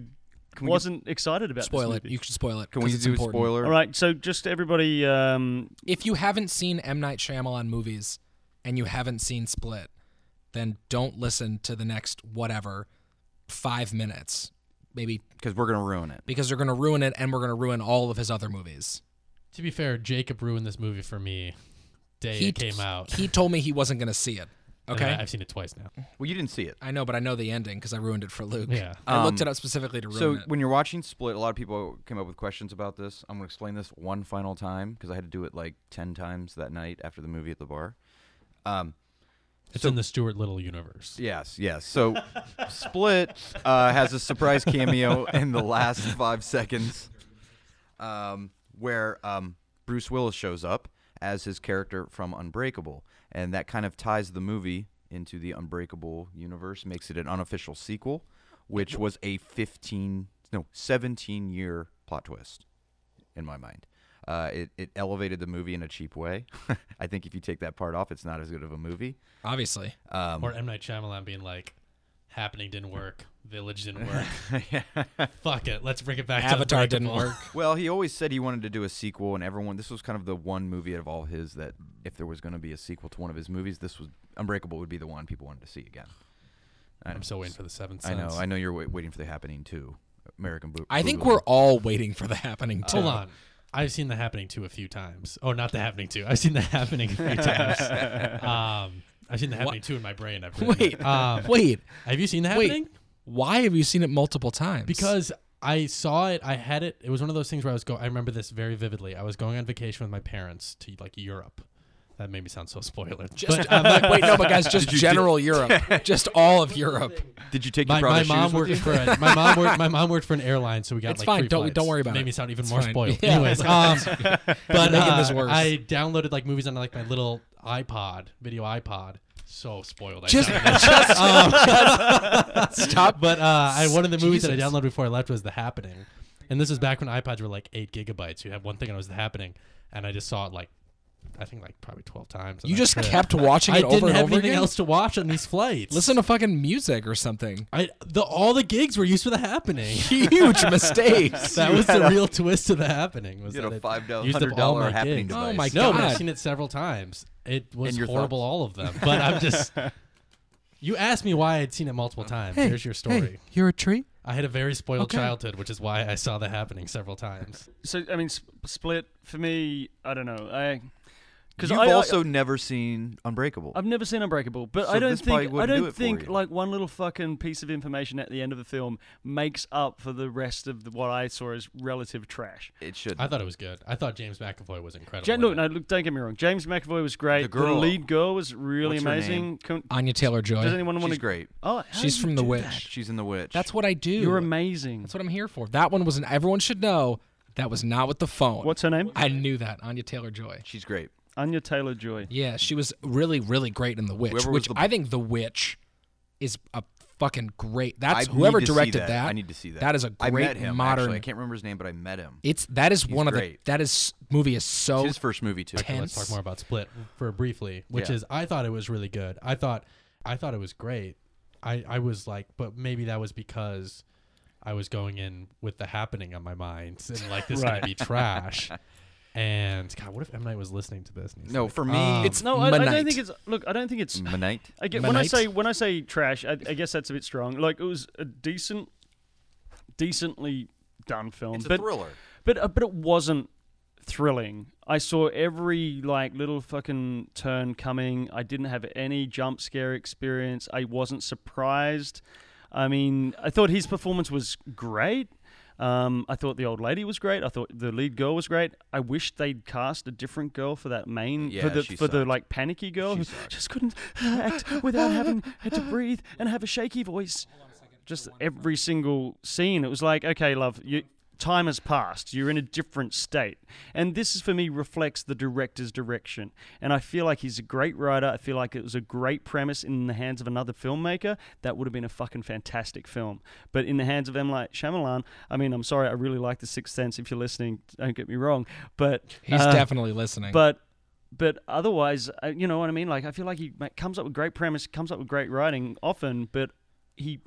Speaker 4: Can we get-
Speaker 1: wasn't excited about
Speaker 3: Spoil
Speaker 1: this
Speaker 3: it.
Speaker 1: movie.
Speaker 3: You should spoil it.
Speaker 4: can
Speaker 3: 'cause
Speaker 4: we
Speaker 3: it's
Speaker 4: do
Speaker 3: important.
Speaker 4: a spoiler?
Speaker 1: All right, so just everybody, um,
Speaker 3: if you haven't seen M Night Shyamalan movies and you haven't seen Split, then don't listen to the next whatever five minutes, maybe
Speaker 4: Because we're gonna ruin it.
Speaker 3: because they're gonna ruin it and we're gonna ruin all of his other movies.
Speaker 2: To be fair, Jacob ruined this movie for me day
Speaker 3: he
Speaker 2: it came out.
Speaker 3: He told me he wasn't gonna see it.
Speaker 2: And
Speaker 3: Okay,
Speaker 2: I, have seen it twice now.
Speaker 4: Well, you didn't see it.
Speaker 3: I, know, but I know the ending because I ruined it for Luke.
Speaker 2: Yeah.
Speaker 3: I looked
Speaker 4: Um,
Speaker 3: it up specifically to ruin
Speaker 4: So
Speaker 3: it.
Speaker 4: when you're watching Split, a lot of people came up with questions about this. I'm gonna explain this one final time because I had to do it like ten times that night after the movie at the bar. Um,
Speaker 2: It's
Speaker 4: So-
Speaker 2: in the Stuart Little universe.
Speaker 4: yes, yes. So Split uh, has a surprise cameo in the last five seconds, um, where um, Bruce Willis shows up as his character from Unbreakable, and that kind of ties the movie into the Unbreakable universe, makes it an unofficial sequel, which was a 15, no, 17 year plot twist in my mind. Uh, it, it elevated the movie in a cheap way. I think if you take that part off, it's not as good of a movie.
Speaker 3: Obviously,
Speaker 4: Um,
Speaker 2: Or M Night Shyamalan being like, "Happening didn't work. Village didn't work. Fuck it. Let's bring it back."
Speaker 3: Avatar
Speaker 2: to
Speaker 3: didn't
Speaker 2: Unbreakable."
Speaker 3: work.
Speaker 4: Well, he always said he wanted to do a sequel, and everyone. This was kind of the one movie out of all his that, if there was going to be a sequel to one of his movies, this was Unbreakable would be the one people wanted to see again. I know.
Speaker 2: I'm still waiting for the seventh.
Speaker 4: I know.
Speaker 2: Sense.
Speaker 4: I know you're wai- waiting for the happening too. American Boo.
Speaker 3: I think
Speaker 4: Boogaloo.
Speaker 3: we're all waiting for the happening. Too.
Speaker 2: Hold on. I've seen the happening two a few times. Oh, not the happening two. I've seen the happening a few times. Um, I've seen the happening two in my brain. I've written it.
Speaker 3: Wait.
Speaker 2: Um,
Speaker 3: Wait,
Speaker 2: have you seen the
Speaker 3: Wait.
Speaker 2: happening?
Speaker 3: why have you seen it multiple times?
Speaker 2: Because I saw it, I had it. It was one of those things where I was going. I remember this very vividly. I was going on vacation with my parents to like Europe. That made me sound so spoiler.
Speaker 3: Just, I'm like, wait, no, but guys, just
Speaker 4: Did you
Speaker 3: general Europe, just all of Europe.
Speaker 4: Did you take
Speaker 2: my,
Speaker 4: your brother's
Speaker 2: my mom
Speaker 4: shoes with
Speaker 2: worked
Speaker 4: you?
Speaker 2: for a, my mom worked my mom worked for an airline, so we got
Speaker 3: It's
Speaker 2: like
Speaker 3: fine.
Speaker 2: free
Speaker 3: Don't-
Speaker 2: flights.
Speaker 3: don't worry about
Speaker 2: made
Speaker 3: it.
Speaker 2: me sound even
Speaker 3: It's
Speaker 2: more
Speaker 3: fine.
Speaker 2: spoiled.
Speaker 3: Yeah.
Speaker 2: Anyways, um, but
Speaker 3: Making this
Speaker 2: uh,
Speaker 3: worse.
Speaker 2: I downloaded like movies on like my little iPod, video iPod. So spoiled. I
Speaker 3: Just-
Speaker 2: sounded.
Speaker 3: Stop.
Speaker 2: But uh, I, one of the movies that I
Speaker 3: Jesus.
Speaker 2: downloaded before I left was The Happening, and this was back when iPods were like eight gigabytes. You had one thing, and it was The Happening, and I just saw it like, I think like probably twelve times. on
Speaker 3: You
Speaker 2: that
Speaker 3: just
Speaker 2: trip.
Speaker 3: kept watching it
Speaker 2: I
Speaker 3: over
Speaker 2: didn't
Speaker 3: and
Speaker 2: have
Speaker 3: over
Speaker 2: anything
Speaker 3: again?
Speaker 2: else to watch on these flights.
Speaker 3: Listen to fucking music or something.
Speaker 2: I the all the gigs were used for The Happening.
Speaker 3: Huge mistakes.
Speaker 2: that
Speaker 4: You
Speaker 2: was
Speaker 4: had
Speaker 2: the
Speaker 4: a-
Speaker 2: real twist to The Happening. Was
Speaker 4: You had
Speaker 2: that
Speaker 4: a
Speaker 2: it
Speaker 4: five
Speaker 2: used up
Speaker 4: hundred
Speaker 2: all
Speaker 4: dollar
Speaker 2: my
Speaker 4: happening
Speaker 2: gigs.
Speaker 4: device.
Speaker 3: Oh my God.
Speaker 2: No, but I've seen it several times. It was
Speaker 4: And your
Speaker 2: horrible,
Speaker 4: thoughts?
Speaker 2: all of them. But I'm just. You asked me why I'd seen it multiple times. Here's your story.
Speaker 3: you're a tree?
Speaker 2: I had a very spoiled
Speaker 3: Okay.
Speaker 2: childhood, which is why I saw that happening several times.
Speaker 1: So I mean, sp- Split for me, I don't know. I because
Speaker 4: You've
Speaker 1: I
Speaker 4: also never seen Unbreakable.
Speaker 1: I, have never seen Unbreakable, but
Speaker 4: So
Speaker 1: I don't
Speaker 4: this probably
Speaker 1: think I
Speaker 4: wouldn't do
Speaker 1: don't
Speaker 4: it for
Speaker 1: think
Speaker 4: you.
Speaker 1: like one little fucking piece of information at the end of the film makes up for the rest of the, what I saw as relative trash.
Speaker 4: it should.
Speaker 2: I thought it was good. I thought James McAvoy was incredible.
Speaker 1: Ja-
Speaker 2: in
Speaker 1: no,
Speaker 2: it.
Speaker 1: no, look, don't get me wrong. James McAvoy was great.
Speaker 4: The girl.
Speaker 1: lead girl was really
Speaker 4: What's her
Speaker 1: amazing.
Speaker 4: name?
Speaker 1: Can-
Speaker 3: Anya Taylor
Speaker 1: does
Speaker 3: Joy.
Speaker 1: anyone
Speaker 4: She's
Speaker 1: want to?
Speaker 4: great.
Speaker 1: Oh, how
Speaker 3: She's
Speaker 1: do
Speaker 3: from
Speaker 1: you
Speaker 3: The
Speaker 1: do
Speaker 3: Witch.
Speaker 1: that?
Speaker 4: She's in The Witch.
Speaker 3: That's what I do.
Speaker 1: You're amazing.
Speaker 3: That's what I'm here for. That one was an. Everyone should know that was not with the phone.
Speaker 1: What's her name?
Speaker 3: I knew that Anya Taylor Joy.
Speaker 4: She's great.
Speaker 1: Anya Taylor Joy.
Speaker 3: Yeah, she was really, really great in The Witch,
Speaker 4: Whoever was
Speaker 3: which
Speaker 4: the-
Speaker 3: I think The Witch is a fucking great. That's
Speaker 4: I
Speaker 3: whoever
Speaker 4: need to see
Speaker 3: directed
Speaker 4: that. I need to see that.
Speaker 3: That is a
Speaker 4: I
Speaker 3: great
Speaker 4: met him,
Speaker 3: modern.
Speaker 4: Actually. I can't remember his name, but I met him.
Speaker 3: It's that is one of the
Speaker 4: great.
Speaker 3: that is movie is
Speaker 4: It's
Speaker 3: so
Speaker 4: his first movie too.
Speaker 3: Oh. Ten-
Speaker 2: Let's talk more about Split for briefly, which
Speaker 4: Yeah.
Speaker 2: is I thought it was really good. I thought I thought it was great. I I was like, but maybe that was because I was going in with the happening on my mind and like this is gonna be trash. And God, what if M Night was listening to this? And he's
Speaker 4: No,
Speaker 2: like,
Speaker 4: for me,
Speaker 3: Oh.
Speaker 2: um,
Speaker 4: it's
Speaker 1: No, I, I
Speaker 3: Manite.
Speaker 1: don't think it's. Look, I don't think it's.
Speaker 4: Manite.
Speaker 1: I get, when I
Speaker 3: Manite.
Speaker 1: say when I say trash, I, I guess that's a bit strong. Like it was a decent, decently done film,
Speaker 4: It's a
Speaker 1: but
Speaker 4: thriller.
Speaker 1: but uh, but it wasn't thrilling. I saw every like little fucking turn coming. I didn't have any jump scare experience. I wasn't surprised. I mean, I thought his performance was great. Um, I thought the old lady was great. I thought the lead girl was great. I wish they'd cast a different girl for that main
Speaker 4: Yeah,
Speaker 1: for the
Speaker 4: she
Speaker 1: for the
Speaker 4: sucked.
Speaker 1: like panicky girl
Speaker 4: She
Speaker 1: who
Speaker 4: sucked.
Speaker 1: just couldn't uh, act without having had to breathe and have a shaky voice. Just every single scene, it was like, okay, love, you, time has passed. You're in a different state, and this is for me reflects the director's direction. And I feel like he's a great writer. I feel like it was a great premise in the hands of another filmmaker. That would have been a fucking fantastic film. But in the hands of M. Night Shyamalan, I mean, I'm sorry, I really like The Sixth Sense. If you're listening, don't get me wrong, but
Speaker 3: he's
Speaker 1: uh,
Speaker 3: definitely listening.
Speaker 1: but but otherwise, uh, you know what I mean. Like I feel like he ma- comes up with great premise, comes up with great writing often, but he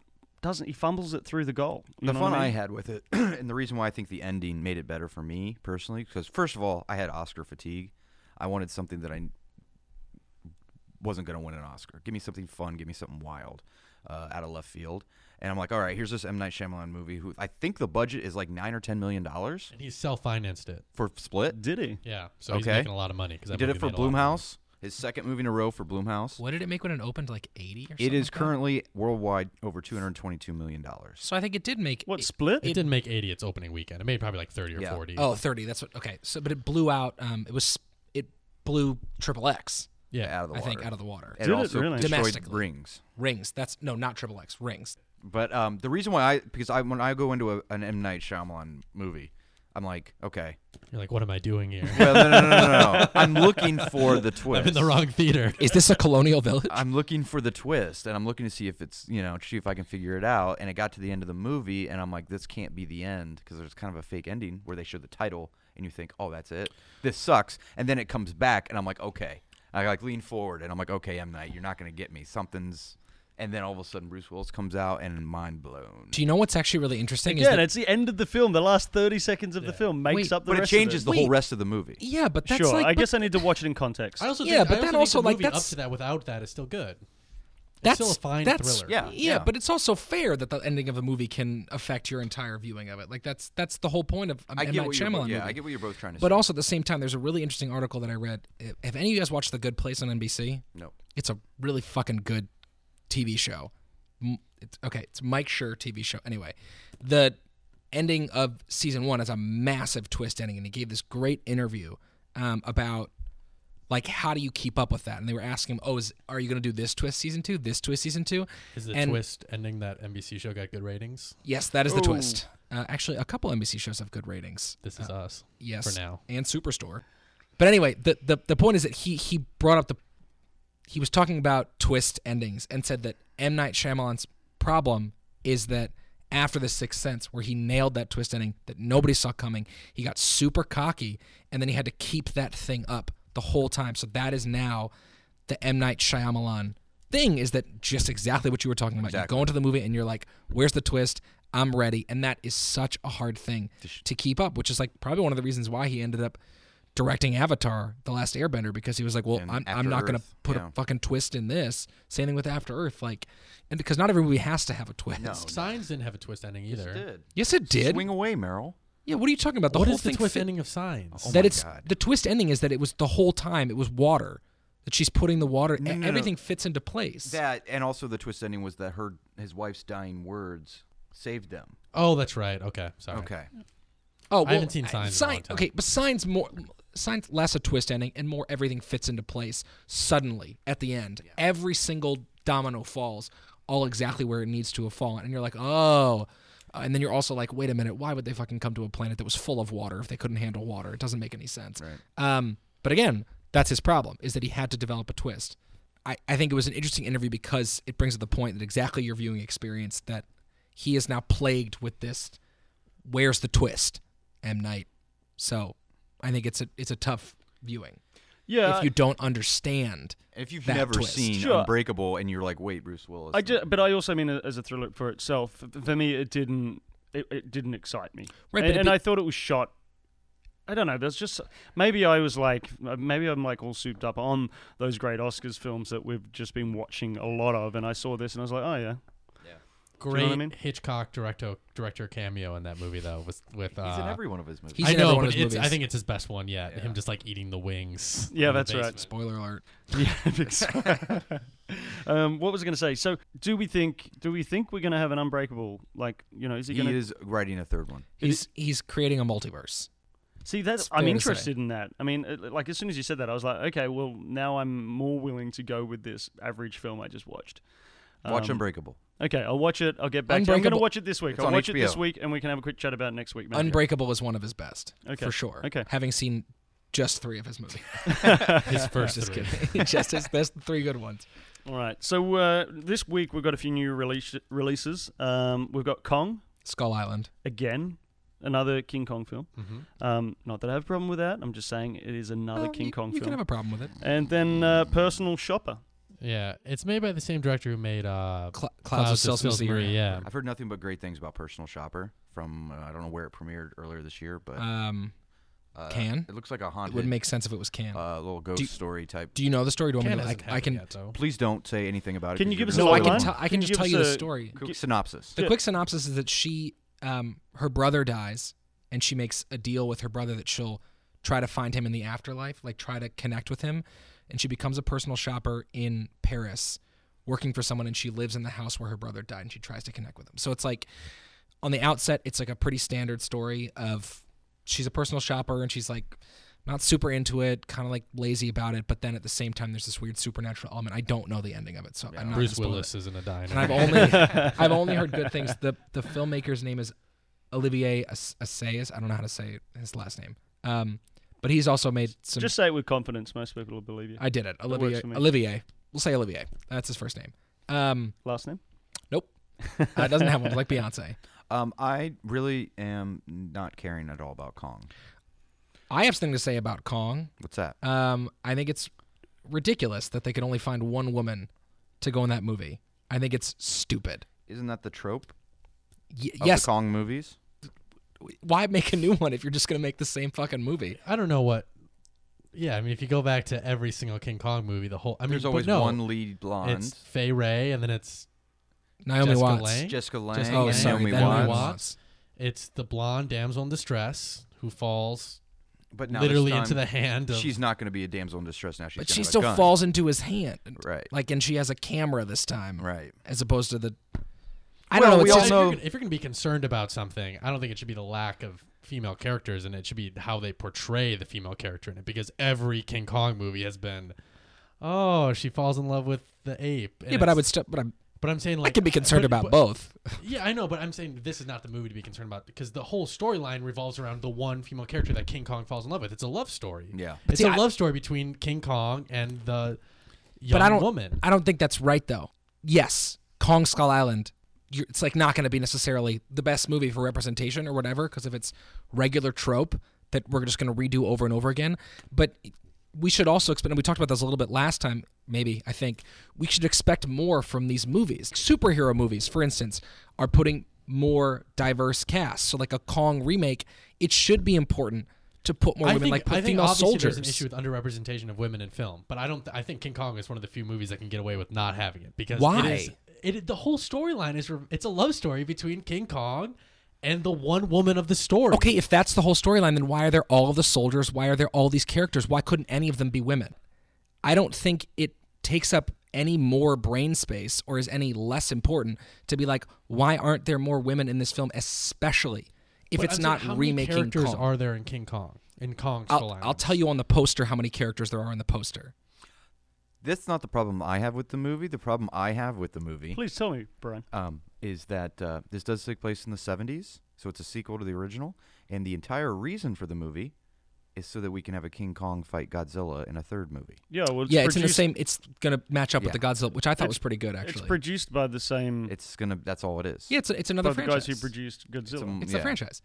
Speaker 1: doesn't. He fumbles it through the goal. You
Speaker 4: the
Speaker 1: know
Speaker 4: fun
Speaker 1: what I
Speaker 4: I
Speaker 1: mean?
Speaker 4: had with it, and the reason why I think the ending made it better for me personally, because first of all, I had Oscar fatigue. I wanted something that I wasn't going to win an Oscar. Give me something fun. Give me something wild, uh, out of left field. And I'm like, all right, here's this M Night Shyamalan movie. Who I think the budget is like nine or ten million dollars
Speaker 2: and he self financed it.
Speaker 4: for Split.
Speaker 1: Did he?
Speaker 2: Yeah, so he's
Speaker 4: Okay.
Speaker 2: making a lot of money because
Speaker 4: He did it for Bloomhouse. His second movie in a row for Bloomhouse.
Speaker 3: what did it make when it opened? Like eighty or something.
Speaker 4: It is
Speaker 3: like that?
Speaker 4: currently worldwide over two hundred twenty-two million dollars.
Speaker 3: So I think it did make
Speaker 1: What
Speaker 3: eight-
Speaker 1: split?
Speaker 2: It, didn't make eighty its opening weekend. It made probably like thirty or
Speaker 4: Yeah.
Speaker 2: forty.
Speaker 3: Oh, 30. That's what. Okay. So, but it blew out. Um, it was it blew triple X.
Speaker 2: yeah.
Speaker 4: Out of the
Speaker 3: I
Speaker 4: water.
Speaker 3: think out of the water.
Speaker 4: And
Speaker 1: Did it
Speaker 4: also
Speaker 1: really?
Speaker 4: destroyed
Speaker 3: Domestically.
Speaker 4: rings.
Speaker 3: Rings. That's no, not triple X. Rings.
Speaker 4: But um, the reason why I because I when I go into a, an M Night Shyamalan movie, I'm like, okay,
Speaker 2: You're like, what am I doing here?
Speaker 4: well, no, no, no, no, no, no. I'm looking for the
Speaker 2: I'm in
Speaker 4: twist.
Speaker 2: the wrong theater.
Speaker 3: Is this a colonial village?
Speaker 4: I'm looking for the twist, and I'm looking to see if it's you know see if I can figure it out. And it got to the end of the movie, and I'm like, this can't be the end because there's kind of a fake ending where they show the title, and you think, oh, that's it. This sucks. And then it comes back, and I'm like, okay. I like lean forward, and I'm like, okay, M Night, you're not gonna get me. Something's. And then all of a sudden, Bruce Willis comes out, and mind blown.
Speaker 3: Do you know what's actually really interesting? is
Speaker 1: Again,
Speaker 3: that-
Speaker 1: it's the end of the film. The last thirty seconds of the film makes
Speaker 3: Wait,
Speaker 1: up the
Speaker 4: But it
Speaker 1: rest of
Speaker 4: changes the whole
Speaker 3: Wait.
Speaker 4: rest of the movie.
Speaker 3: yeah, but that's
Speaker 1: Sure,
Speaker 3: like.
Speaker 1: I
Speaker 3: but
Speaker 1: guess I need to watch it in context.
Speaker 2: I also
Speaker 3: Yeah,
Speaker 2: think,
Speaker 3: but
Speaker 2: I
Speaker 3: then
Speaker 2: also
Speaker 3: also,
Speaker 2: think the
Speaker 3: like,
Speaker 2: movie
Speaker 3: that's-
Speaker 2: up to that without that is still good. It's
Speaker 3: that's
Speaker 2: still a fine
Speaker 3: that's,
Speaker 2: thriller.
Speaker 4: Yeah,
Speaker 3: yeah,
Speaker 4: yeah.
Speaker 3: but it's also fair that the ending of a movie can affect your entire viewing of it. Like that's that's the whole point of a
Speaker 4: I
Speaker 3: M.
Speaker 4: get
Speaker 3: Night
Speaker 4: what you're, bo-
Speaker 3: Shyamalan
Speaker 4: yeah,
Speaker 3: movie.
Speaker 4: I get what you're both trying to
Speaker 3: but
Speaker 4: say.
Speaker 3: also at the same time, there's a really interesting article that I read. Have any of you guys watched The Good Place on NBC?
Speaker 4: no.
Speaker 3: it's a really fucking good TV show. M- It's, okay, it's Mike Schur TV show. Anyway, the ending of season one is a massive twist ending, and he gave this great interview um, about like how do you keep up with that? And they were asking him, "Oh, is are you going to do this twist season 2? This twist season 2?"
Speaker 2: Is the
Speaker 3: And-
Speaker 2: twist ending that NBC show got good ratings?
Speaker 3: Yes, that is the
Speaker 1: Ooh.
Speaker 3: twist. Uh, actually, a couple NBC shows have good ratings.
Speaker 2: This is us.
Speaker 3: Yes.
Speaker 2: For now.
Speaker 3: And Superstore. But anyway, the, the the point is that he he brought up the he was talking about twist endings and said that M Night Shyamalan's problem is that after The Sixth Sense, where he nailed that twist ending that nobody saw coming, he got super cocky, and then he had to keep that thing up the whole time. So that is now the M Night Shyamalan thing is that just exactly what you were talking about.
Speaker 4: Exactly.
Speaker 3: You go into the movie and you're like, "Where's the twist? I'm ready," and that is such a hard thing to keep up, which is like probably one of the reasons why he ended up directing Avatar: The Last Airbender because he was like, "Well,
Speaker 4: And
Speaker 3: I'm, I'm
Speaker 4: After
Speaker 3: not going to
Speaker 4: Earth,
Speaker 3: put
Speaker 4: yeah.
Speaker 3: a fucking twist in this." Same thing with After Earth, like, and because not every movie has to have a twist.
Speaker 4: No.
Speaker 2: Signs didn't have a twist ending either.
Speaker 3: oh, Yes, it did.
Speaker 4: Swing away, Meryl.
Speaker 3: Yeah, what are you talking about? The
Speaker 2: What
Speaker 3: whole
Speaker 2: is the
Speaker 3: thing
Speaker 2: twist
Speaker 3: fit-
Speaker 2: ending of Signs?
Speaker 4: Oh
Speaker 3: that
Speaker 4: my
Speaker 3: it's
Speaker 4: God.
Speaker 3: the twist ending is that it was the whole time it was water that she's putting the water.
Speaker 4: No,
Speaker 3: e-
Speaker 4: no, no.
Speaker 3: everything fits into place.
Speaker 4: That and also the twist ending was that her his wife's dying words saved them.
Speaker 2: Oh, that's right. Okay, sorry.
Speaker 4: Okay.
Speaker 3: oh,
Speaker 2: I haven't seen Signs in a long
Speaker 3: Sign-
Speaker 2: time.
Speaker 3: Okay, but signs more. Signs less a twist ending and more everything fits into place suddenly at the end. Every single domino falls all exactly where it needs to have fallen, and you're like, oh. Uh, and then you're also like, wait a minute, why would they fucking come to a planet that was full of water if they couldn't handle water? It doesn't make any sense.
Speaker 4: Right.
Speaker 3: Um, but again, that's his problem is that he had to develop a twist. I, I think it was an interesting interview because it brings up the point that exactly your viewing experience that he is now plagued with this where's the twist, M Night. So I think it's a it's a tough viewing
Speaker 1: Yeah,
Speaker 3: if you don't understand.
Speaker 4: And if you've
Speaker 3: That
Speaker 4: never
Speaker 3: twist.
Speaker 4: seen
Speaker 1: Sure.
Speaker 4: Unbreakable and you're like, wait, Bruce Willis.
Speaker 1: I ju- but I also mean as a thriller for itself. f- For me, it didn't. It, it didn't excite me,
Speaker 3: Right, but
Speaker 1: and,
Speaker 3: it
Speaker 1: and
Speaker 3: be-
Speaker 1: I thought it was shot. I don't know. There's just maybe I was like uh, maybe I'm like all souped up on those great Oscars films that we've just been watching a lot of, and I saw this and I was like, oh yeah,
Speaker 2: Great
Speaker 1: what I mean?
Speaker 2: Hitchcock director director cameo in that movie though with with uh,
Speaker 4: He's in every one of his movies.
Speaker 3: he's
Speaker 2: I
Speaker 3: in
Speaker 2: know,
Speaker 3: every one
Speaker 2: but
Speaker 3: of his
Speaker 2: it's, I
Speaker 3: movies.
Speaker 2: think it's his best one yet. Him just like eating the wings.
Speaker 1: Yeah,
Speaker 2: in the
Speaker 1: that's right.
Speaker 2: basement.
Speaker 3: Spoiler alert.
Speaker 1: yeah. I think so. um, what was I going to say? So, do we think? Do we think we're going to have an Unbreakable? Like, you know, is it
Speaker 4: he
Speaker 1: going to
Speaker 4: is writing a third one.
Speaker 3: He's he's creating a multiverse.
Speaker 1: See that
Speaker 3: It's
Speaker 1: I'm
Speaker 3: fair to
Speaker 1: interested in that. I mean, it- like as soon as you said that, I was like, okay, well now I'm more willing to go with this average film I just watched.
Speaker 4: Watch
Speaker 1: Um,
Speaker 4: Unbreakable.
Speaker 1: Okay, I'll watch it. I'll get back. to you. I'm going to
Speaker 3: Unbreakable-
Speaker 1: watch it this week.
Speaker 4: It's
Speaker 1: I'll
Speaker 4: on
Speaker 1: watch it this
Speaker 4: HBO.
Speaker 1: week, and we can have a quick chat about it next week. Maybe.
Speaker 3: Unbreakable is one of his best
Speaker 1: Okay.
Speaker 3: for sure.
Speaker 1: Okay.
Speaker 3: having seen just three of his movies.
Speaker 2: His first
Speaker 3: just
Speaker 2: three.
Speaker 3: kidding. just his best three good ones.
Speaker 1: All right. So uh, this week we've got a few new release- releases. Um, we've got Kong
Speaker 3: Skull Island.
Speaker 1: again, another King Kong film.
Speaker 2: Mhm.
Speaker 1: Um, not that I have a problem with that. I'm just saying it is another
Speaker 3: Well,
Speaker 1: King
Speaker 3: you,
Speaker 1: Kong
Speaker 3: You
Speaker 1: film.
Speaker 3: can have a problem with it.
Speaker 1: and then uh, Personal Shopper.
Speaker 2: Yeah, it's made by the same director who made uh,
Speaker 3: Cl-
Speaker 2: Clouds, of
Speaker 3: Salisbury.
Speaker 2: Salisbury. Yeah,
Speaker 4: I've heard nothing but great things about Personal Shopper from uh, I don't know where it premiered earlier this year, but
Speaker 3: Um,
Speaker 4: uh,
Speaker 3: Can?
Speaker 4: it looks like a
Speaker 3: it
Speaker 4: haunted
Speaker 3: would make sense if it was Can.
Speaker 4: uh, little ghost
Speaker 3: Do-
Speaker 4: story type.
Speaker 3: Do you know the story? Do you want
Speaker 2: Cannes
Speaker 3: me to,
Speaker 2: hasn't
Speaker 3: like, I
Speaker 2: happened
Speaker 3: can.
Speaker 2: yet, though.
Speaker 4: Please don't say anything about it.
Speaker 1: Can
Speaker 4: 'cause
Speaker 1: you
Speaker 4: you're
Speaker 1: give us
Speaker 4: gonna
Speaker 1: a
Speaker 3: No, I
Speaker 4: spoil
Speaker 3: can
Speaker 1: line?
Speaker 4: it.
Speaker 3: tell.
Speaker 1: Can
Speaker 3: I can
Speaker 1: you
Speaker 3: just
Speaker 1: give
Speaker 3: tell
Speaker 1: us
Speaker 3: you the
Speaker 1: a-
Speaker 3: story.
Speaker 4: Quick synopsis.
Speaker 3: The
Speaker 1: Yeah.
Speaker 3: quick synopsis is that she, um, her brother dies, and she makes a deal with her brother that she'll try to find him in the afterlife, like try to connect with him, and she becomes a personal shopper in Paris, working for someone, and she lives in the house where her brother died, and she tries to connect with him. So it's like, on the outset, it's like a pretty standard story of she's a personal shopper and she's like not super into it, kind of like lazy about it, but then at the same time, there's this weird supernatural element. I don't know the ending of it, so I'm not. gonna
Speaker 2: Bruce
Speaker 3: spoil it
Speaker 2: Willis is in a diner.
Speaker 3: and I've only I've only heard good things. the The filmmaker's name is Olivier As- Assayas. I don't know how to say his last name, um, but he's also made some.
Speaker 1: Just say it with confidence. Most people will believe you.
Speaker 3: I did it,
Speaker 1: works
Speaker 3: Olivier.
Speaker 1: for me.
Speaker 3: Olivier, we'll say Olivier. That's his first name. Um,
Speaker 1: Last name.
Speaker 3: nope, uh, doesn't have one like Beyonce.
Speaker 4: Um, I really am not caring at all about Kong.
Speaker 3: I have something to say about Kong.
Speaker 4: What's that?
Speaker 3: Um, I think it's ridiculous that they could only find one woman to go in that movie. I think it's stupid.
Speaker 4: Isn't that the trope
Speaker 3: Y-
Speaker 4: of
Speaker 3: yes,
Speaker 4: the Kong movies?
Speaker 3: why make a new one if you're just gonna make the same fucking movie?
Speaker 2: I don't know what. Yeah, I mean, if you go back to every single King Kong movie, the whole I mean,
Speaker 4: There's
Speaker 2: but
Speaker 4: always
Speaker 2: no,
Speaker 4: one lead blonde,
Speaker 2: It's Fay Ray, and then it's
Speaker 3: Naomi
Speaker 2: Jessica
Speaker 3: Watts.
Speaker 2: Lange?
Speaker 4: Jessica Lange,
Speaker 3: Just-
Speaker 2: oh,
Speaker 4: and
Speaker 2: sorry,
Speaker 4: Naomi
Speaker 2: Naomi
Speaker 4: Watts.
Speaker 2: Watts. it's the blonde damsel in distress who falls
Speaker 4: But now this
Speaker 2: literally
Speaker 4: time,
Speaker 2: into the hand of.
Speaker 4: She's not going to be a damsel in distress now. She's
Speaker 3: But
Speaker 4: gonna
Speaker 3: she
Speaker 4: have a
Speaker 3: still
Speaker 4: gun.
Speaker 3: falls into his hand,
Speaker 4: Right.
Speaker 3: like, and she has a camera this time,
Speaker 4: Right.
Speaker 3: As opposed to the, I don't
Speaker 4: Well,
Speaker 3: know.
Speaker 4: we
Speaker 3: It's
Speaker 2: Well,
Speaker 4: all
Speaker 3: just,
Speaker 2: if, you're
Speaker 4: know-
Speaker 2: gonna, if you're gonna be concerned about something, I don't think it should be the lack of female characters, and it should be how they portray the female character in it. Because every King Kong movie has been, oh, she falls in love with the ape. and
Speaker 3: yeah, but I
Speaker 2: it's-
Speaker 3: would still, but I'm,
Speaker 2: But I'm saying
Speaker 3: I
Speaker 2: like
Speaker 3: can be concerned
Speaker 2: but- but-
Speaker 3: about both.
Speaker 2: Yeah, I know, but I'm saying this is not the movie to be concerned about because the whole storyline revolves around the one female character that King Kong falls in love with. It's a love story.
Speaker 4: Yeah.
Speaker 2: it's
Speaker 3: see,
Speaker 2: a
Speaker 3: I-
Speaker 2: love story between King Kong and the young
Speaker 3: But I don't,
Speaker 2: woman.
Speaker 3: I don't think that's right though. Yes, Kong Skull Island. You're, it's like not going to be necessarily the best movie for representation or whatever because if it's regular trope that we're just going to redo over and over again. But we should also expect, and we talked about this a little bit last time, maybe I think we should expect more from these movies. Superhero movies, for instance, are putting more diverse casts. So like a Kong remake, it should be important to put more
Speaker 2: I
Speaker 3: women,
Speaker 2: think,
Speaker 3: like put
Speaker 2: I think
Speaker 3: female
Speaker 2: obviously
Speaker 3: soldiers.
Speaker 2: there's an issue with underrepresentation of women in film, but I don't. I think King Kong is one of the few movies that can get away with not having it because
Speaker 3: Why?
Speaker 2: It is, it, the whole storyline is re- it's a love story between King Kong and the one woman of the story.
Speaker 3: Okay, if that's the whole storyline, then why are there all of the soldiers? Why are there all these characters? Why couldn't any of them be women? I don't think it takes up any more brain space or is any less important to be like, why aren't there more women in this film, especially if
Speaker 2: But
Speaker 3: it's
Speaker 2: I'm saying,
Speaker 3: not
Speaker 2: how many
Speaker 3: remaking
Speaker 2: characters
Speaker 3: Kong?
Speaker 2: are there in King Kong in Kong Skull
Speaker 3: I'll,
Speaker 2: Island?
Speaker 3: I'll tell you on the poster how many characters there are on the poster.
Speaker 4: That's not the problem I have with the movie. The problem I have with the movie
Speaker 1: Please tell me, Brian.
Speaker 4: um, is that uh, this does take place in the 70s, so it's a sequel to the original. And the entire reason for the movie is so that we can have a King Kong fight Godzilla in a third movie.
Speaker 1: Yeah, well,
Speaker 3: yeah, it's in the
Speaker 1: produced-
Speaker 3: same. It's gonna match up with the
Speaker 4: Yeah.
Speaker 3: Godzilla, which I thought
Speaker 1: It's-
Speaker 3: was pretty good
Speaker 1: It's
Speaker 3: actually.
Speaker 1: produced by the same.
Speaker 4: It's gonna. That's all it is.
Speaker 3: yeah, it's, a, it's
Speaker 1: by
Speaker 3: another
Speaker 1: the
Speaker 3: franchise.
Speaker 1: guys who produced Godzilla.
Speaker 4: a m-
Speaker 3: It's
Speaker 4: Yeah.
Speaker 3: the franchise.